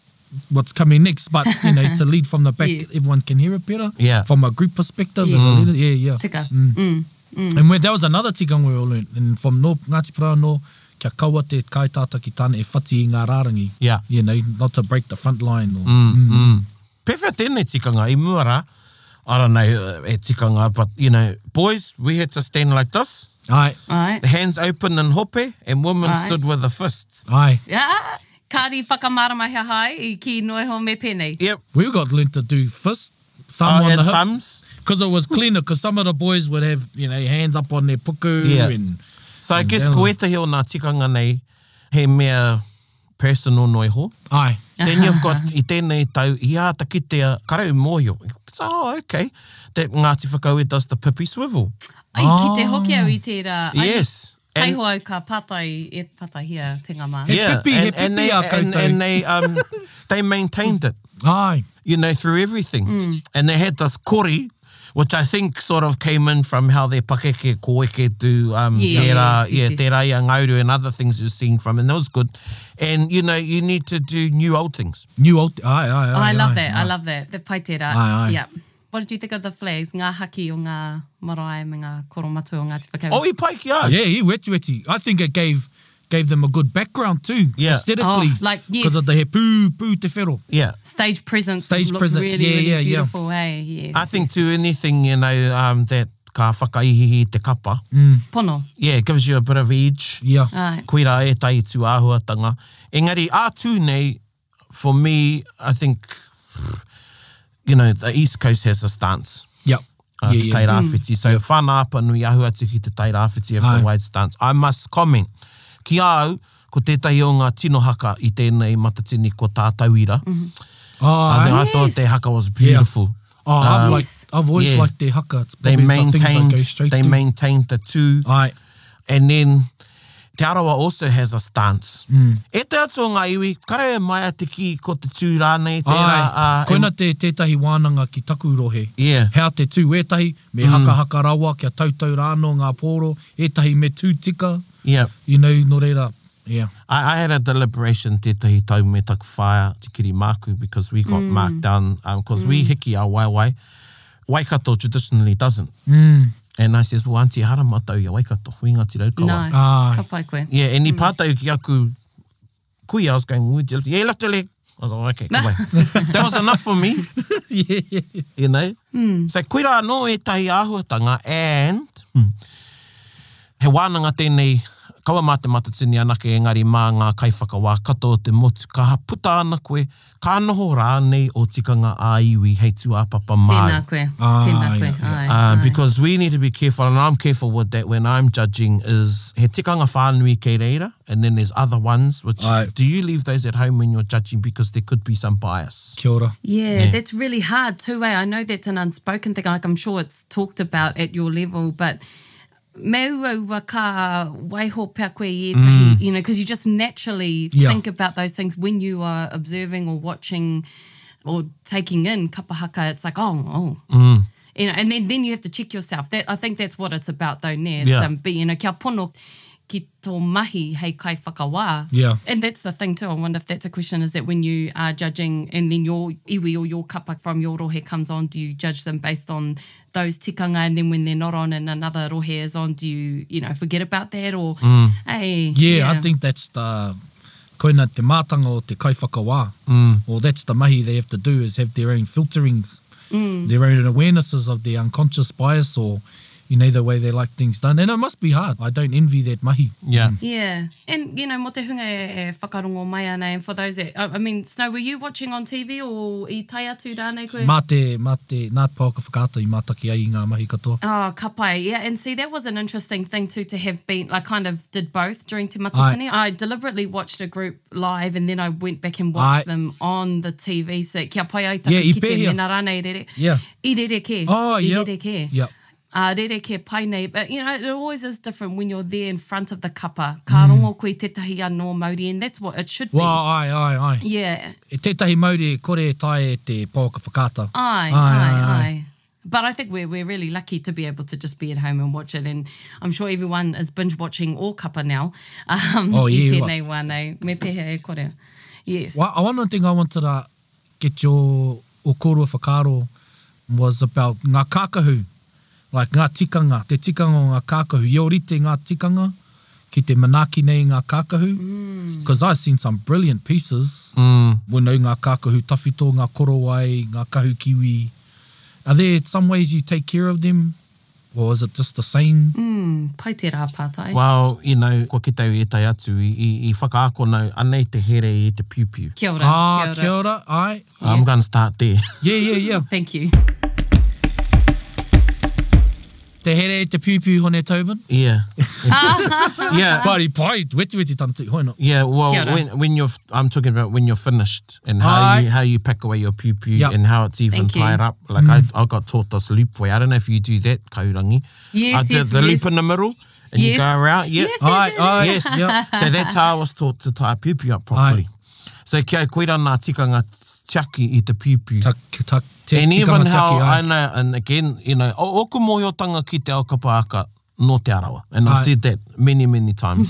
what's coming next, but you know, to lead from the back, Yeah. everyone can hear it better. Yeah. From a group perspective, Yeah. as a leader, yeah, yeah. Tika. Mm. Mm. And where, that was another tikanga we all learned. And from no Ngāti Porā no, kia kaua te kaitata ki tāne e whati i ngā rārangi. Yeah. You know, not to break the front line. Or, Mm, mm. Pewhia tēnei tikanga i muara, I don't know uh, e tikanga, but you know, boys, we had to stand like this, Ai, Right. hands open and hope, and women Aye. stood with a fist. ai. Yeah. Kāri whakamaramahia hai i ki noi ho me pēnei. Yep, We got learned to do fist, thumb I on had the hip. thumbs. Because it was cleaner, because some of the boys would have, you know, hands up on their puku Yeah. and... So I Mm, guess that was- ko etahi o nā tikanga nei, he mea personal noi ho. Ai, Then you've got i tēnei tau, i āta ki te karau mōhio. So, oh, okay. That Ngāti Whakaue does the pipi swivel. Ai, ki te hoki au i tērā. Ai, Ah. Yes. Kai ho au ka patai, e patahia te ngā mā. He yeah, pipi- he and, pipi and, they, a koutou. and, and they, um, they maintained it. ai. you know, through everything. Mm. And they had this kori, which I think sort of came in from how their pakeke koeke do um, Yeah, tērā, yes, yes, yeah, yes. tērā ia ngauru and other things you're seeing from, and that was good. And, you know, you need to do new old things. New old... Ai, ai, ai. Oh, I love that. ai. I love that. The paitera. Ai, ai. Yeah. What did you think of the flags? Ngā haki o ngā marae me ngā koromatu o ngā te whakau. Oh, i pai ki au. Yeah, he weti weti. I think it gave gave them a good background too, Yeah. aesthetically. Oh, like, yes. Because of the he pū, pū te whero. Yeah. Stage presence Stage looked presence. really, Yeah, really yeah, Ah. yeah. beautiful, eh? Yes. I think to anything, you know, um, that ka whakaihihi te kapa, Pono. yeah, it gives you a bit of edge. Yeah. Ai. Koira e tai tū āhuatanga. Engari, ātū nei, for me, I think, you know, the East Coast has a stance. yeah. uh, yeah, te yeah. Mm. tai rāwhiti. So whānā apa nui ahu atu ki te tai rāwhiti of the Ai. wide stance. I must comment. Ki au, ko tētahi o ngā tino haka i tēnei matatini ko tātauira. Oh, I, think, I, I thought their haka was beautiful. oh I've, Um, like, I've always yeah. liked their haka. It's They probably the things I maintained, go straight they to. maintained the two. Ai, And then Te Arawa also has a stance. Mm. E te atu o ngā iwi, kare e mai ati ki ko te tū rānei, tērā... ai. uh, Koina te tētahi wānanga ki taku rohe. Yeah. Mm. Hea te tū etahi, me haka haka rawa, kia tautau rāno ngā pōro, etahi me tū tika. Yeah. You know, no reira, yeah. I, I had a deliberation tētahi tau me taku whaia te kiri māku because we got marked down because we hiki our waiwai. Waikato traditionally doesn't. And I says, well, auntie, hara mātau ia waikato, hui ngāti raukawa. No. Ai. Ka pai koe. Yeah, and i pātau ki aku kui, I was going, ui, te lati, yeah, lati le. I was like, okay, come on. That was enough for me, yeah, yeah, yeah. you know. Hmm. So kui rā no e tahi āhuatanga and mm, he wānanga tēnei kawa mā te matatini anake engari mā ngā kaiwhakawā kato o te motu ka ha puta ana koe ka noho rānei o tikanga a iwi hei tū apapa mai. Tēnā koe. Ai, Tēnā koe. ai. Ai. Uh, ai. because we need to be careful, and I'm careful with that when I'm judging, is he tikanga whānui kei reira, and then there's other ones, which Ai. do you leave those at home when you're judging because there could be some bias? Kia ora. Yeah, Yeah. that's really hard too, eh? I know that's an unspoken thing. Like I'm sure it's talked about at your level, but me ua ka waiho pea koe i etahi, you know, because you just naturally Yeah. think about those things when you are observing or watching or taking in kapahaka. It's like, oh, oh. You know, and then, then you have to check yourself. That I think that's what it's about though, Nair. Yeah. Um, be, you know, kia pono ki tō mahi hei kai whakawā. Yeah. And that's the thing too. I wonder if that's a question is that when you are judging and then your iwi or your kapa from your rohe comes on, do you judge them based on those tikanga and then when they're not on and another rohe is on, do you, you know, forget about that or, hey. Mm. Yeah, I think that's the koina te mātanga o te kaiwhakawā. Mm. Or that's the mahi they have to do is have their own filterings, mm. their own awarenesses of their unconscious bias or, you know, the way they like things done. And it must be hard. I don't envy that mahi. Yeah. Yeah. And, you know, mo te hunga e, e whakarongo mai ana. And for those that, I, I mean, Snow, were you watching on TV or i tai atu rānei koe? Mā te, mā te, nā te pauka whakātai mātaki ai i ngā mahi katoa. Oh, kapai, yeah. And see, that was an interesting thing too to have been, I kind of did both during Te Matatini. I deliberately watched a group live and then I went back and watched Aye. them on the TV. So, kia pai au taku Yeah, i ki te pēhea. mena rānei i rere. Yeah. I rere ke. Oh, I yeah. rere ke. Yeah. Uh, rere ke pai nei. But, you know, it always is different when you're there in front of the kapa. Ka Mm. rongo koe tētahi anō Māori and that's what it should be. Wā, ai, ai, ai. Yeah. E tētahi mauri e kore e tae e te pauka whakāta. Aye, aye, aye. But I think we're, we're really lucky to be able to just be at home and watch it. And I'm sure everyone is binge watching all kapa now. Um, Oh, i yeah, tēnei wānei, me pēhea e kore. Yes. Well, I- one of the thing I wanted to get your okoro whakaro was about ngā kākahu. Like ngā tikanga, te tikanga o ngā kākahu. I orite ngā tikanga ki te manaki nei ngā kākahu. Mm. Because I've seen some brilliant pieces. Mm. Wenau ngā kākahu tawhito, ngā korowai, ngā kahu kiwi. Are there some ways you take care of them? Or is it just the same? Mm, pai te rā pātai. Wow, you know, ko ki tau e tai atu i, i, i whakaakonau anei te here i te piupiu. Kia ora. Ah, kia kia ora. ora. Ai. I'm going to start there. Yeah, yeah, yeah. Thank you. Te here e te piupiu hone Tobin. yeah. yeah. But he probably weti weti tana tui hoi no. Yeah, well, Kia ora. when when you're, I'm talking about when you're finished and how Ai. you, how you pack away your poo poo Yep. and how it's even Thank you. Mm-hmm. tied up. Like I, I got taught this loop way. I don't know if you do that, kaurangi. Yes, I did yes, the yes. loop in the middle and you Yes. go around. Yeah. Ah, Yes, Ai, ai, Yes. yep. so that's how I was taught to tie a poo poo up properly. So kia koira nā tikanga tiaki i te poo poo. Tak, tak, te and even tikanga how tiaki, ai. I know, and again, you know, o oku mōhiotanga ki te aukapāka no te arawa. And I've Right. said that many, many times.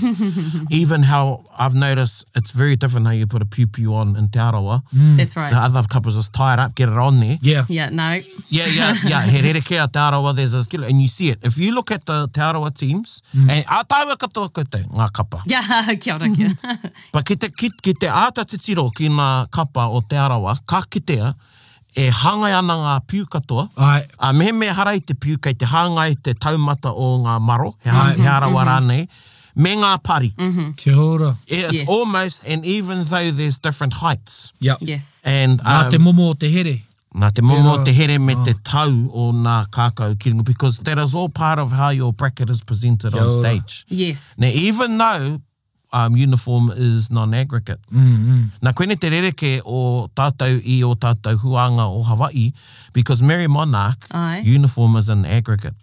even how I've noticed it's very different how you put a piu on in te arawa. That's The right. other couples just tie it up, get it on there. Mm. Yeah. Yeah, no. Yeah, yeah, yeah. He rere kia te arawa, there's a skill. And you see it. If you look at the te arawa teams, Mm. and a tāua katoa koutou, ngā kapa. Yeah, kia ora, kia. Pa ki te, ki, ki te āta te tiro ki ngā kapa o te arawa, ka kitea, e hangai ana ngā piu katoa, Ai, A mehe mea hara i te piu kei te hāngai te taumata o ngā maro, he, ha, Ai. he arawa rānei, me ngā pari. kia ora. It's Yes. almost, and even though there's different heights, Yep. Yes. and Nā te um, momo o te here. nā te momo Tērā. te here me te tau o ngā kākau kiringo, because that is all part of how your bracket is presented Kia on ora. stage. Yes. Now, even though um, uniform is non-aggregate, nā koene te rereke o tātou i o tātou huanga o Hawaii, because Mary Monarch, Ai. uniform is an aggregate.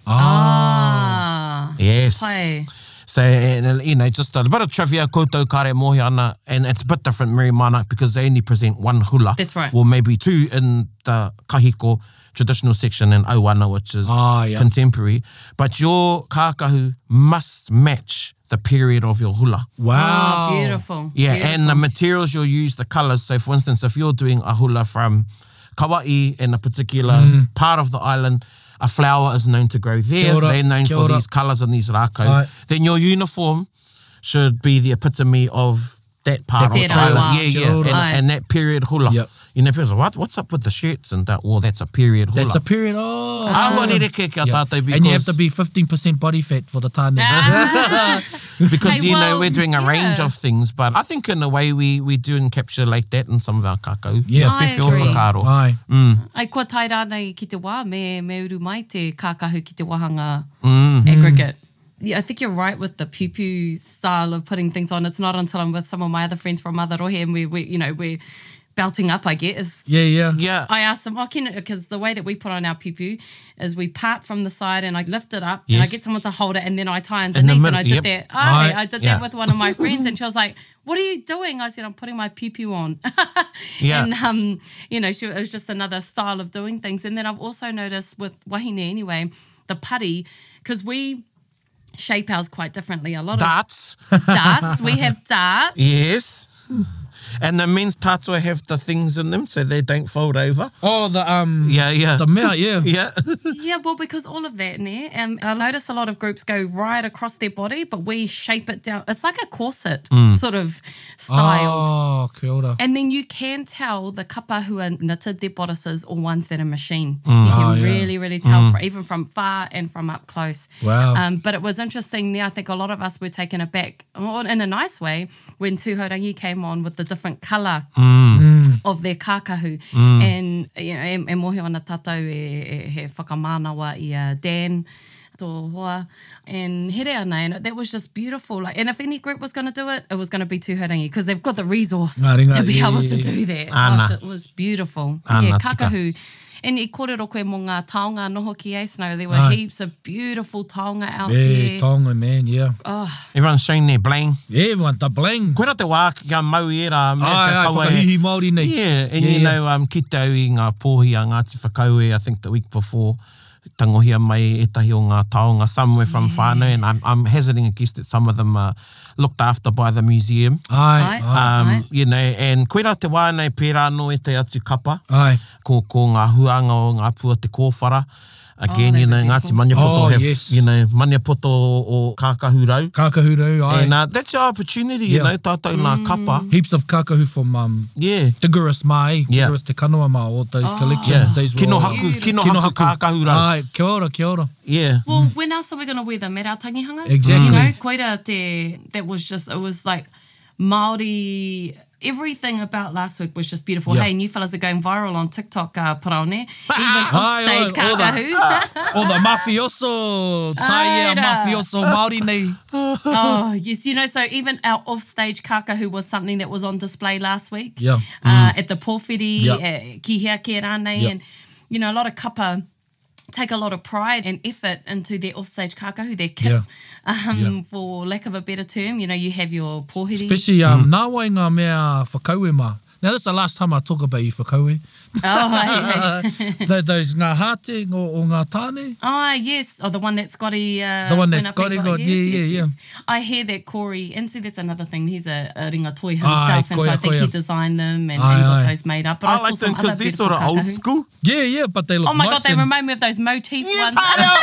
Ah. Yes. Pai. So, and, and, you know, just a bit of trivia, koutou kare mohi ana, and it's a bit different Mary Mana because they only present one hula. That's right. Or maybe two in the kahiko traditional section and auana, which is Ah, yeah. contemporary. But your kākahu must match the period of your hula. Wow. Oh, beautiful. Yeah, beautiful. and the materials you'll use, the colours. So, for instance, if you're doing a hula from Kauai in a particular part of the island, a flower is known to grow there. Mm. Kia ora, They're known kia for ora. these colours and these rako. Ai. Then your uniform should be the epitome of that part Te of the rawa. island. Yeah, Kia yeah, and, ora. Ai. and that period hula. Yep. You know, people say, what, what's up with the shirts and that? Well, that's a period hula. That's a period. Oh. Ah, rereke kia Yeah. tātou And you have because- to be 15% body fat for the tāne. Ah. because Hey, you know well, we're doing a range yeah. of things, but I think in a way we we do encapsulate that in some of our kakao. Yeah. I Pewhio agree. whakaaro. Ai. Ai, kua tai rānei ki te wā, me, me uru mai te kākahu ki te wahanga mm. aggregate. Yeah, I think you're right with the pupu style of putting things on. It's not until I'm with some of my other friends from Matarohe and we, we you know, we're belting up, I guess. Yeah, yeah. Yeah, I asked them, oh, because the way that we put on our pupu is we part from the side and I lift it up and Yes. I get someone to hold it and then I tie the underneath and middle, I yep. did that. Aye, Aye. I did Yeah. that with one of my friends and she was like, what are you doing? I said, I'm putting my pupu on. Yeah. And, um, you know, she, it was just another style of doing things. And then I've also noticed with wahine anyway, the putty, because we shape ours quite differently. A lot darts. of darts, we have darts. yes, and the men's tatua have the things in them so they don't fold over. Oh, the, um, Yeah, yeah, the mea, yeah. yeah. Yeah, well, because all of that, ne? And I notice a lot of groups go right across their body, but we shape it down. It's like a corset sort of style. Mm. Oh, kia ora. And then you can tell the kapa who are knitted their bodices or ones that are machine. You can Oh, yeah. really, really tell, fr- even from far and from up close. Wow. Um, but it was interesting there. I think a lot of us were taken aback well, in a nice way when Tuhorangi came on with the different colour of their kākahu. Mm. And, you know, e, e mohi ana tātou e, e, he whakamānawa i a Dan tō hoa and here ana and that was just beautiful like and if any group was going to do it it was going to be Tuhorangi because they've got the resource Ngā ringa, to be yeah, able yeah, to yeah. do that Ana. Gosh, it was beautiful Ana yeah tika. kākahu and i kōrero koe mō ngā taonga noho ki a snow there were Ai. heaps of beautiful taonga out Yeah, there Oh, tonga, man, yeah. Everyone's showing their bling. Yeah, everyone, the bling. Koe rā te wā kia mau e rā. me te Ai, ai, kaua e- whakahihi Māori nei. Yeah, and Yeah, you yeah. know, um, ki tau i ngā pōhi a Ngāti Whakaue, I think the week before, tangohia mai etahi o ngā taonga somewhere from yes. whānau, and I'm, I'm hazarding a guess that some of them are looked after by the museum. Ai, ai, Um, Right. You know, and koera te wānei pērā no e te atu kapa, ai. ko, ko ngā huanga o ngā pua te kōwhara. Again, Oh, you know, that'd be Ngāti cool. Maniapoto Oh, have, yes. you know, Maniapoto o kākahu rau. Kākahu rau, ai. And uh, that's your opportunity, you Yeah. know, tātou Mm. nā kapa. Heaps of kākahu from um, Yeah. Tigurus mai, Yeah. Tigurus te kanoa mā, all those Ah. collections. Yeah. These were Ah. Kino all- haku, kino, Kino haku, Ah. kākahu rau. Ai, kia ora, kia ora. yeah. Well, when else are we going to wear the mera tangihanga? Mm. Exactly. You know, koira te, that was just, it was like Māori, everything about last week was just beautiful. Yeah. Hey, new fellas are going viral on TikTok, uh, Paraone, even Ai, ai, offstage all that. Ah. kākahu. O the mafioso, tai e a Aira. mafioso Māori nei. oh, yes, you know, so even our offstage kākahu was something that was on display last week. Yeah. Uh, Mm. At the Porwhiri, Yeah. at Kihea Ke Rānei, Yeah. and, you know, a lot of kapa take a lot of pride and effort into their offstage kākahu, their kit. Yeah. um, Yeah. for lack of a better term, you know, you have your pohiri. Especially, um, nā wai ngā mea whakaue mā. Now, that's the last time I talk about you whakaue. oh, hey, hey. Tho- Those ngā hāte o, o ngā tāne. oh, yes. Oh, the one that's got a. Uh, The one that's went up got and got- a- got- yes, yeah, yes, yeah, yes. I hear that Corey, and see, that's another thing. He's a, a ringatoi himself, Aye, and so I koia, think he koia. designed them and, Aye, and got aye. those made up. But I, I saw like some them other because these beautiful sort of old kākahu. school. Yeah, yeah, but they look Oh my nice god, they and- remind me of those motif Yes, ones. I know.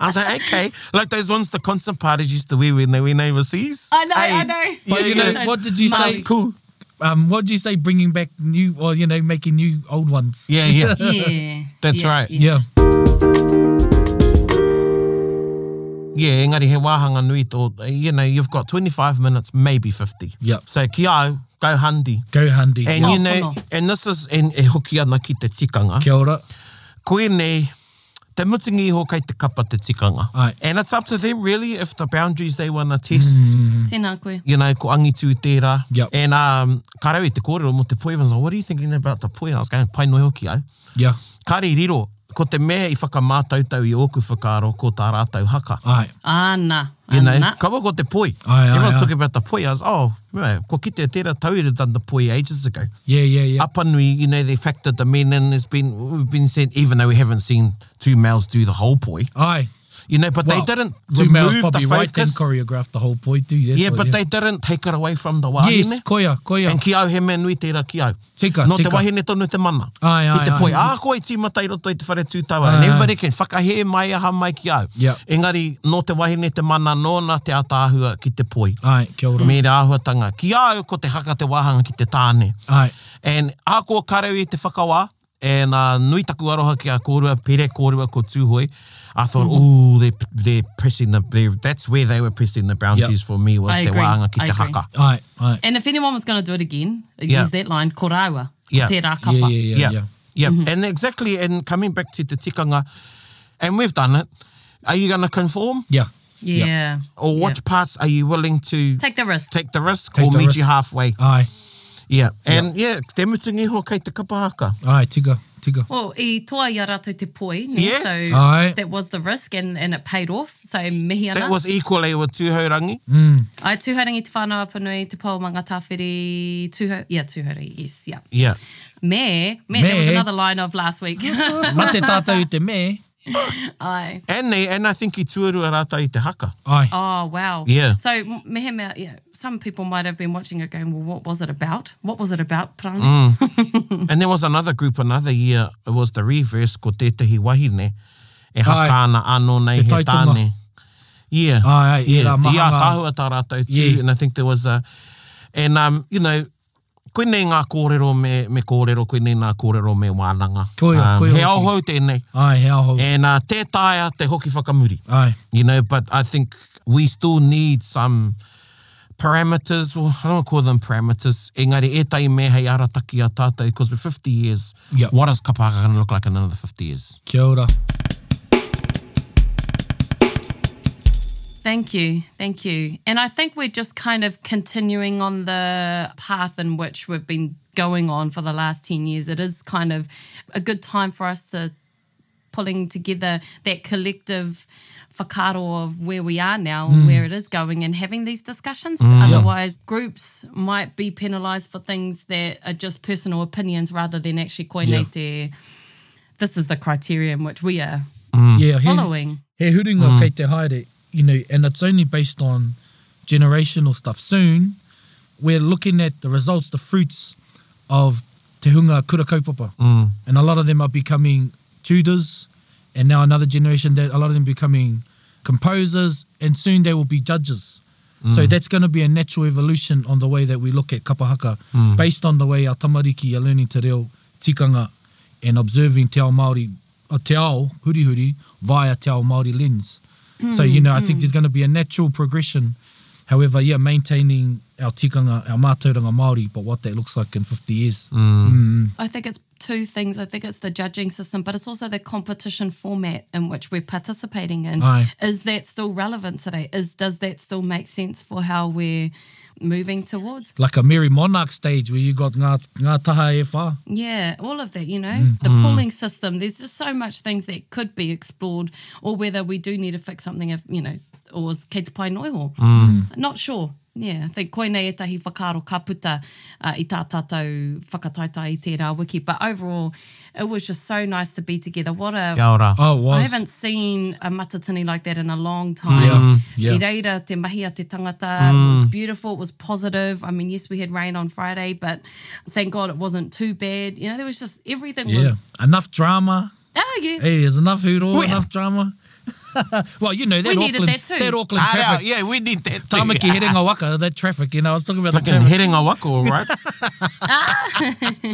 I was like, okay, like those ones the constant parties used to wear when they went overseas. I know, I know. But Yeah, you know, yeah. what did you Maori. say? Cool. Um, what did you say? Bringing back new, or you know, making new old ones. Yeah, yeah. Yeah. That's yeah, right. Yeah. Yeah. Yeah, engari he wāhanga nui tō, you know, you've got 25 minutes, maybe 50. Yep. So ki au, go handi. Go handy. And yeah. you Oh, know, kono. and this is, and e hoki ana ki te tikanga. Kia ora. Koe nei, te mutungi iho kei te kapa te tikanga. Ai. And it's up to them really if the boundaries they want to test. Mm. Tēnā koe. you know, ko angitu tērā. Yep. And um, ka rau i te kōrero mo te poi, I was like, what are you thinking about the poi? And I was going, pai noi hoki au. Yeah. Ka re riro, ko te mea i whakamātautau i oku whakaaro ko tā rātau haka. Aye. Ah, nā. You know, Nā. kawa ko te poi. Ai, ai, Everyone's ai. talking about the poi. I was, oh, yeah, ko kite tērā tauira than the poi ages ago. Yeah, yeah, yeah. Apa Nui, you know, they factored them in and it's been, we've been sent, even though we haven't seen two males do the whole poi, Aye. you know, but Well, they didn't Two remove males probably the right and focus. choreographed the whole point too. That's yeah, what, but they didn't take it away from the wahine. Yes, koia, koia. And ki au he mea nui tērā ki au. Tika, no te tika. wahine tonu te mana. Ai, ki ai, te ai. poi, a koe tīmata i roto i te whare tūtaua. Ai, And ai. everybody can whakahe mai aha mai ki au. Yeah. Engari, no te wahine te mana, no nā te atāhua ki te poi. Aye, kia ora. Me rā ahuatanga. Ki au ko te haka te wahanga ki te tāne. Aye. And a ko karau i te whakawā, and uh, nui taku aroha ki a kōrua, pere kōrua ko tūhoi. I thought, Mm-hmm. oh, they, they're pressing the, they that's where they were pressing the boundaries for me was I te agree, wahanga ki I te agree. haka. Aye. Aye. And if anyone was going to do it again, Yeah. use that line, korāua. Yeah. Tērā Yeah, kapa. yeah, yeah, yeah. yeah. Yeah, and exactly, and coming back to the tikanga, and we've done it. Are you going to conform? Yeah. Yeah. Or what Yeah. parts are you willing to Take the risk. take the risk Take or the meet risk. you halfway? Aye. yeah. And yeah, te mutungi ho kei te kapahaka. Aye. Tiga. Tiga. Well, i toa i a rātou te poi, ne? Yes. so Aye. that was the risk and, and it paid off. So mihi ana. That was equal e wa tūhaurangi. Mm. Ai tūharangi te whānau apanui, te paumanga tāwhiri, tūha, yeah, tūhari, yes, yeah. Yeah. Me, me, there was Me. another line of last week. Ma te tātou i te me. Ai. And, they, and I think i tuarua rātou i te haka. Aye. Oh, wow. Yeah. So m- mehe mea, yeah, some people might have been watching it going, well, what was it about? What was it about, Prana? and there was another group another year, it was the reverse, ko tētahi wahine, e hakaana anō nei Te he taitonga. tāne. Yeah. Ai, ai, i yeah. Ia rā mahanga. tāhua tā rātou tū, Yeah. and I think there was a, and um, you know, koe nei ngā kōrero me, me kōrero, koe nei ngā kōrero me wānanga. Koe ia, um, koe ia He hoki. auhau tēnei. Aye. How ho. And uh, te taia, te hoki whakamuri. Aye. You know, but I think we still need some parameters, well, I don't wanna call them parameters, engari e tai me hei arataki a tātou, because for 50 years, Yep. what is kapaka going to look like in another 50 years? Kia ora. Thank you. Thank you. And I think we're just kind of continuing on the path in which we've been going on for the last 10 years. It is kind of a good time for us to pulling together that collective whakaro of where we are now and where it is going and having these discussions. Otherwise, groups might be penalised for things that are just personal opinions rather than actually koine Yeah. te, the this is the criterion which we are Hmm. Yeah, he, following. he hurunga mm. kei te haere, you know, and it's only based on generational stuff. Soon, we're looking at the results, the fruits of te hunga kura kaupapa. Mm. And a lot of them are becoming tutors, and now another generation, that a lot of them becoming composers, and soon they will be judges. So that's going to be a natural evolution on the way that we look at kapahaka, based on the way our tamariki are learning te reo tikanga and observing te ao Māori, uh, te ao huri huri via te ao Māori lens. so, you know, I think there's going to be a natural progression. However, yeah, maintaining our tikanga, our mātauranga Māori, but what that looks like in 50 years. Mm. I think it's two things. I think it's the judging system, but it's also the competition format in which we're participating in. Aye. Is that still relevant today? Is does that still make sense for how we're moving towards? Like a Mary Monarch stage where you got ngā, ngā taha e whā. Yeah, all of that, you know, the pooling system. There's just so much things that could be explored, or whether we do need to fix something if you know, or is kei te pai noiho. Not sure. Yeah, I think koinei etahi whakaaro kaputa uh, i tā tātou whakataita i tērā wiki. But overall, it was just so nice to be together. What a Kia ora. Oh, it was. I haven't seen a matatini like that in a long time. Yeah, Mm, yeah. I reira, te mahi a te tangata. It was beautiful. It was positive. I mean, yes, we had rain on Friday, but thank God it wasn't too bad. You know, there was just everything Yeah. was. Enough drama. Oh, yeah. Hey, there's enough hooroo, Well- enough drama. well, you know, that We needed Auckland, that too. Auckland Ah, traffic. yeah, we need that too. Tamaki Heringa Waka, that traffic, you know, I was talking about the Fucking traffic. heringa wako, right?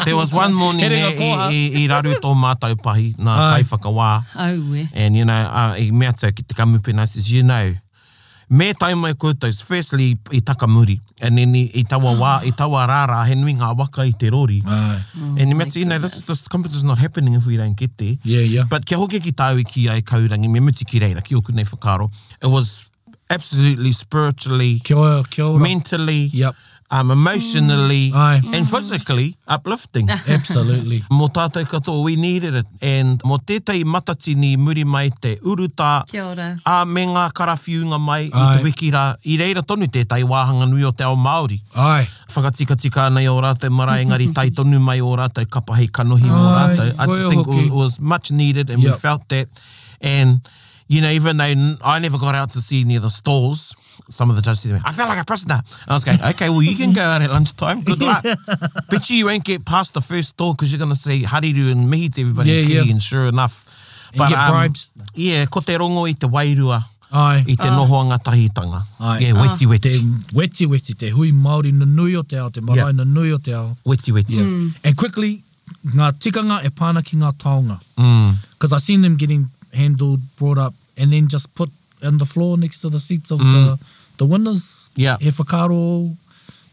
there was one morning there Heringa koha. i, i, i raru tō mātau pahi, nā Ai. tai whakawā. Oh, we. And, you know, uh, i mea tau ki te kamupena, I says, you know, me tai mai koutou, firstly, i takamuri, and then i, i tawa wā, i tawa rārā, he nui ngā waka i te rori. Aye. and i mea tau, you know, this, this conference is not happening if we don't get there. Yeah, yeah. But kia hoki ki tāu i ki ai kaurangi, me muti ki reira, ki oku nei whakaro. It was absolutely spiritually, Kia ora, kia ora. mentally, Yep. um, emotionally, Aye. and physically uplifting. Absolutely. Mō tātou katoa, we needed it. And mō tētai matatini muri mai te uruta, Kia ora. a me ngā karafiunga mai i Ai. te wiki rā. I reira tonu tētai wāhanga nui o te ao Māori. Ai. Whakatikatika nei o rātou marae, engari tai tonu mai o rātou kapa hei kanohi mō Ai, rātou. I koe just think it was, hoki. it was much needed and we Yep. felt that. And, you know, even though n- I never got out to see any of the stalls, some of the judges said to me, I felt like a prisoner. And I was going, okay, well, you can go out at lunchtime. Good luck. Bet you you won't get past the first stall because you're going to say hariru and mihi to everybody in Yeah, Kiwi, yeah. and sure enough. um, And get bribes. Yeah, ko te rongo i te wairua, Ai. i te nohoanga tahitanga. Ai. Ah. Yeah, weti Te weti. weti weti, te hui Māori na nui o te ao, te marae na nui o te ao. Weti weti. Yeah. And quickly, ngā tikanga e pāna ki ngā taonga. Mm. Because I've seen them getting handled, brought up, and then just put on the floor next to the seats of the, the Mm. winners. Yeah. He whakaro,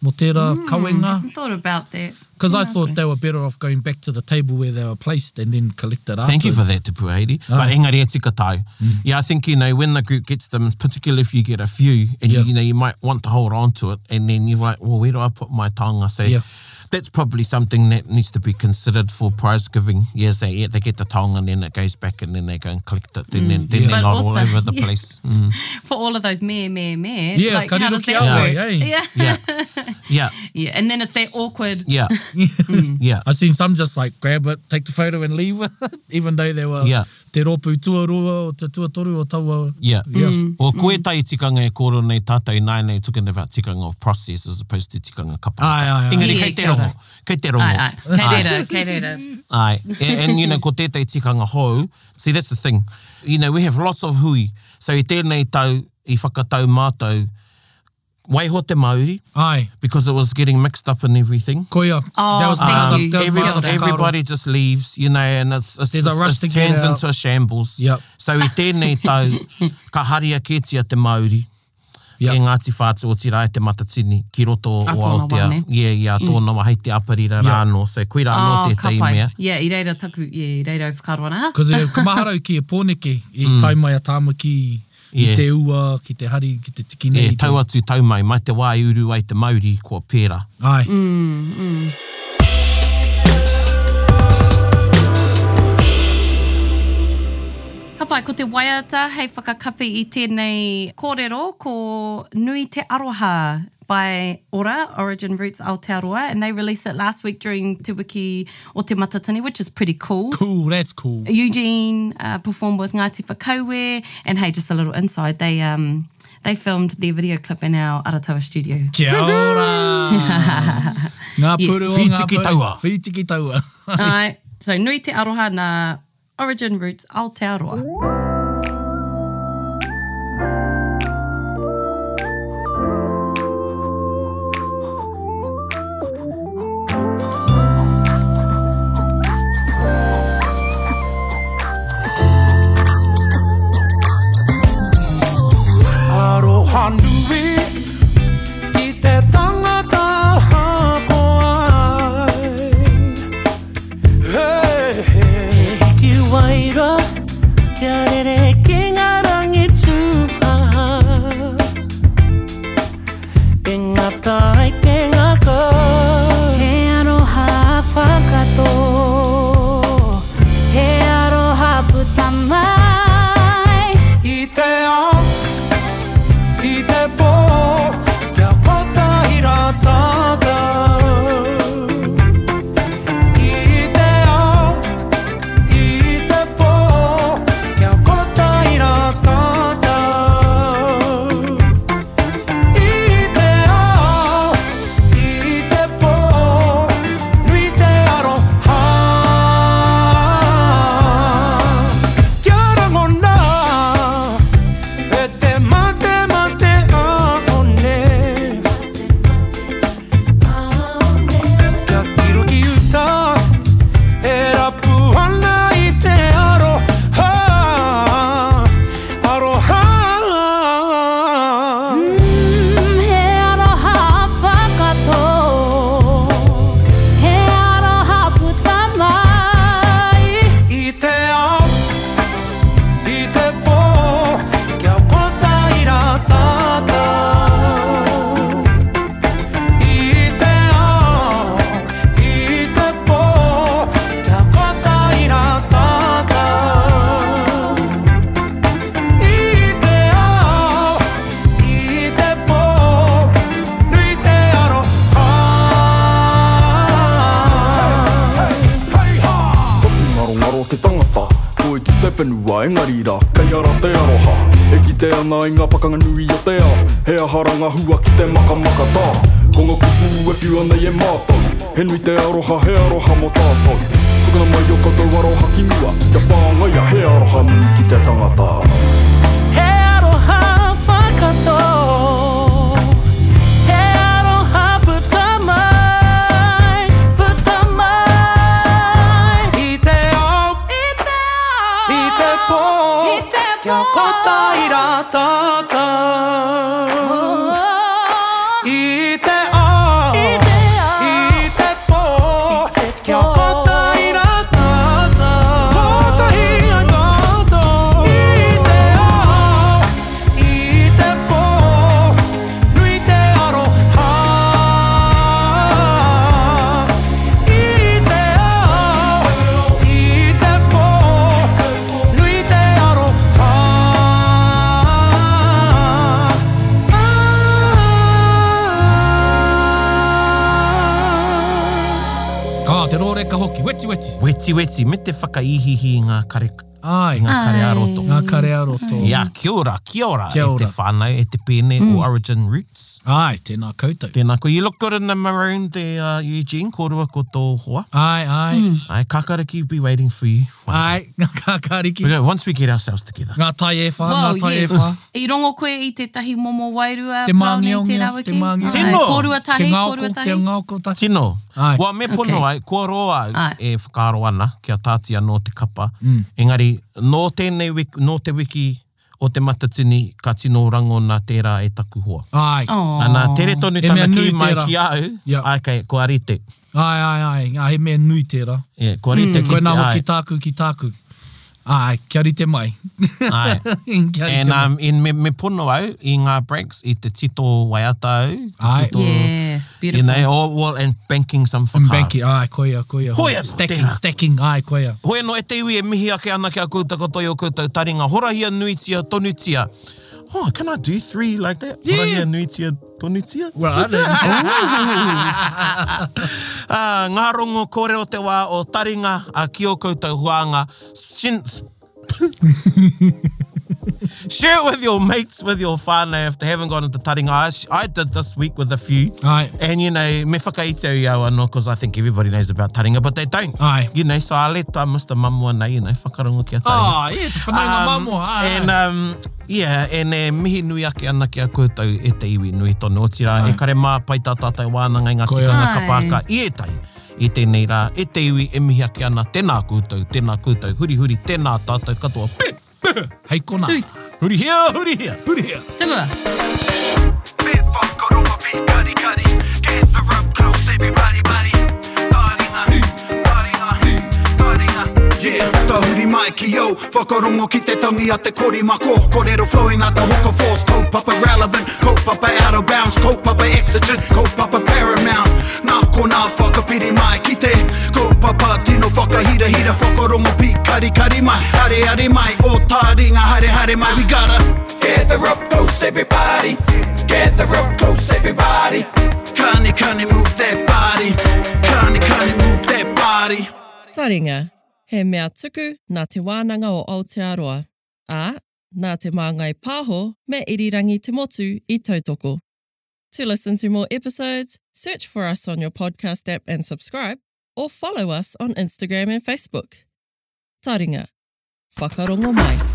mo tērā, kawenga. I thought about that. Because I thought they were better off going back to the table where they were placed and then collected afterwards. Thank you for that, Te Puhaere. But engari e tika tau. Mm. Yeah, I think, you know, when the group gets them, particularly if you get a few, and Yeah. you know, you might want to hold on to it, and then you're like, well, where do I put my tongue? So Yeah. that's probably something that needs to be considered for prize giving. Yes, they, yeah, they get the tongue, and then it goes back, and then they go and collect it, then, Mm. then, then But they're not all also- over the yeah. place. Mm. For all of those meh, meh, meh. Yeah, like, how kariroki does that awa, work? eh? Yeah. Yeah. Yeah. Yeah. And then it's that awkward. Yeah. Yeah. I've seen some just like grab it, take the photo and leave it, even though they were Yeah. te rōpū tuarua o te tuatoru o taua. Yeah. Yeah. Well, koe tai tikanga e koro nei tātai nai nei talking about tikanga of process as opposed to tikanga kapa. Ai, ai, ai. Engari, Yeah, kei te kia ora. rongo. Kei te rongo. Aye, aye. Kei reira, kei reira. Ai, E, and, and you know, ko tētai tikanga hou, see that's the thing, you know, we have lots of hui, so i tēnei tau, i whakatau mātou, waiho te Māori, Ai, because it was getting mixed up in everything. koia. Oh, That was thank part of- you. that was Um, Every, part of the whakaro. everybody just leaves, you know, and it's, it's, There's a rush it's, to it get turns out. into a shambles. Yep. So i tēnei tau, ka haria ketia te Māori, Yep. e Ngāti Whātua o tira e te matatini ki roto o A tōna Aotea. wā, ne? Yeah, Mm. yeah, tōna wā, hei te aparira Yeah. rāno, so koe rāno Oh, ka tētai pai. mea. E Yeah, i reira taku, yeah, i reira whakaroana. Because e kamaharau ki e pōneke, i taimai a tāmaki, i Mm. Yeah. te ua, ki te hari, ki te tikine. E, i te- tau atu tau mai, mai te wā e uru ai te mauri kua pērā. Ai. Mm. Ka pai, ko te waiata, hei whakakapi i tēnei kōrero, ko Nui Te Aroha, by Ora, Origin Roots Aotearoa, and they released it last week during Te Wiki o Te Matatini, which is pretty cool. Cool, that's cool. Eugene uh, performed with Ngāti Whakaue, and hey, just a little inside, they um, they filmed their video clip in our Aratawa studio. Kia ora! ngā Yes. puru o ngā Whitiki puru. taua. Whitiki taua. All right, so nui te aroha nā Origin Roots Aotearoa. Aroha nui ki te tangata hakoa Hey, hey. Hiki waira, kia rere ki ngā rangi tūpaha E ngata ai te ngako He aroha whakato He aroha puta mai I te ao, i te pō, te kota i rātaka I te ao, i te pō, te kota i rātaka I te ao, i te pō, nui te aroha Kia ora ngona, e te mate mate aone. Kia tiro ki uta, e rapu ana i te aroha. Aroha. Mm, He aroha whakato He aroha puta mai I te ao, i te pō, kia kota i rā tātou. I te ao, i te pō, kia kota i rā tātou. I te ao, i te pō, nui te aroha. Hoki ngaro ngaro te tangata Koe ki te whenua engari rā Kei ara te aroha E ki te ana i ngā pakanga nui o te ao He aharanga hua ki te makamaka tā Konga kupu e piua nei e mātou He nui te aroha, he aroha mo tātou Tukana mai o koutou aroha ki mua Kia whāngaia, he aroha nui ki te tangata He aroha whakato He aroha puta mai Puta mai I te ao, I te ao I te pō, I te pō kia kota i rā tātou. I te ao, Oh. I te ao i te pō, te kia pō. kota i rā tātou. Kota i rā tātou. I te ao, i te pō, nui te aroha. I te ao, i te pō, nui te aroha. Ka te rore ka hoki, weti weti. Weti weti, me te whakaihihi i ngā kare, Ah. Ai, ngā kare aroto. ngā kare aroto. Ia, kia ora, kia ora, Kia ora. Mm. e te whānau, e te pēne o Origin Roots. Ai, tēnā koutou. Tēnā koe, you look good in the maroon te uh, Eugene, kōrua ko tō hoa. Ai, ai, Mm. Ai, kakariki be waiting for you. ai, ngā kākāriki. Because once we get ourselves together. Ngā tai e Oh, whā, ngā tai e yes. whā. I rongo koe i tētahi momo wairua, Te praone, te māngeongia, rawiki. te māngeongia. Ai, Tino! Kōrua Te tahi, ngāko, kōrua te tahi. ngāko tahi. Tino. Ai. Wa me pono Okay. okay. ai, kua roa Ai. ai. e whakaro ana kia tātia nō te kapa. Mm. Engari, nō tēnei wiki, nō te wiki o te matatini ka tino rango nā tērā e taku hoa. Ai, Oh. Ana tere tonu E mea tana nui ki mai tērā. ki au, Yep. ai kei, ko arite. ai, ai, ai, ngā he mea nui tērā. E, ko arite mm. ki Koe te nā ai. hoki tāku ki tāku. Ai, kia rite mai. Ai. Kia rite And, mai. um, and me, me pono au i ngā breaks i te tito waiata au. Te Ai. tito, Yes, You beautiful. know, all, well, and banking some And whakaro. Banky, ai, koia, koia. Koia no Stacking, tērā. stacking, ai, koia. Hoi no e te iwi e mihi ake ana kia kouta kotoi o koutou taringa. Horahia nuitia, tonutia. oh, can I do three like that? Yeah. Horaia, nuitia, tonutia? Right then. Uh, ngā rongo kore o te wā o taringa a ki o koutou huanga. Shin, Share it with your mates, with your whānau if they haven't gone into taringa. I, sh- I did this week with a few. Aye. And, you know, me whakaite i au anō because I think everybody knows about taringa, but they don't. Aye. You know, so I let uh, Mr. Mamua nei, you know, whakarongo kia taringa. Ah, yeah, te whanaunga mamoa. ah. And, um, yeah, and e mihi nui ake ana ki a koutou e te iwi nui tono o tira. Ai. E kare mā pai tā tātai wānanga i ngā Koe tikanga ana. ka pāka i e tai. I tēnei rā, e te iwi e mihi ake ana tēnā koutou, tēnā koutou, huri huri, tēnā tātou katoa. Pē! Hei kona. Toot. Huri hea, huri hea, huri hea. Tungua. Bit fuck on my feet, cutty cutty. Get the rub close, everybody, buddy. uh, Taringa, taringa, taringa. uh, Yeah, tahuri mai ki yo Whakarongo ki te tangi a te kori mako Korero flowing a te hoka force Kaupapa relevant, kaupapa out of bounds Kaupapa exigent, kaupapa paramount Nā ko nā whakapiri mai ki te Kaupapa tino whakahira hira Whakarongo pi kari kari mai Hare hare mai, o taringa hare hare mai We gotta gather up close everybody Gather up close everybody Kani kani move that body Kani kani move that body Taringa, he mea tuku nā te wānanga o Aotearoa, ā, nā te māngai pāho me irirangi te motu i tautoko. To listen to more episodes, search for us on your podcast app and subscribe, or follow us on Instagram and Facebook. Taringa, whakarongo mai.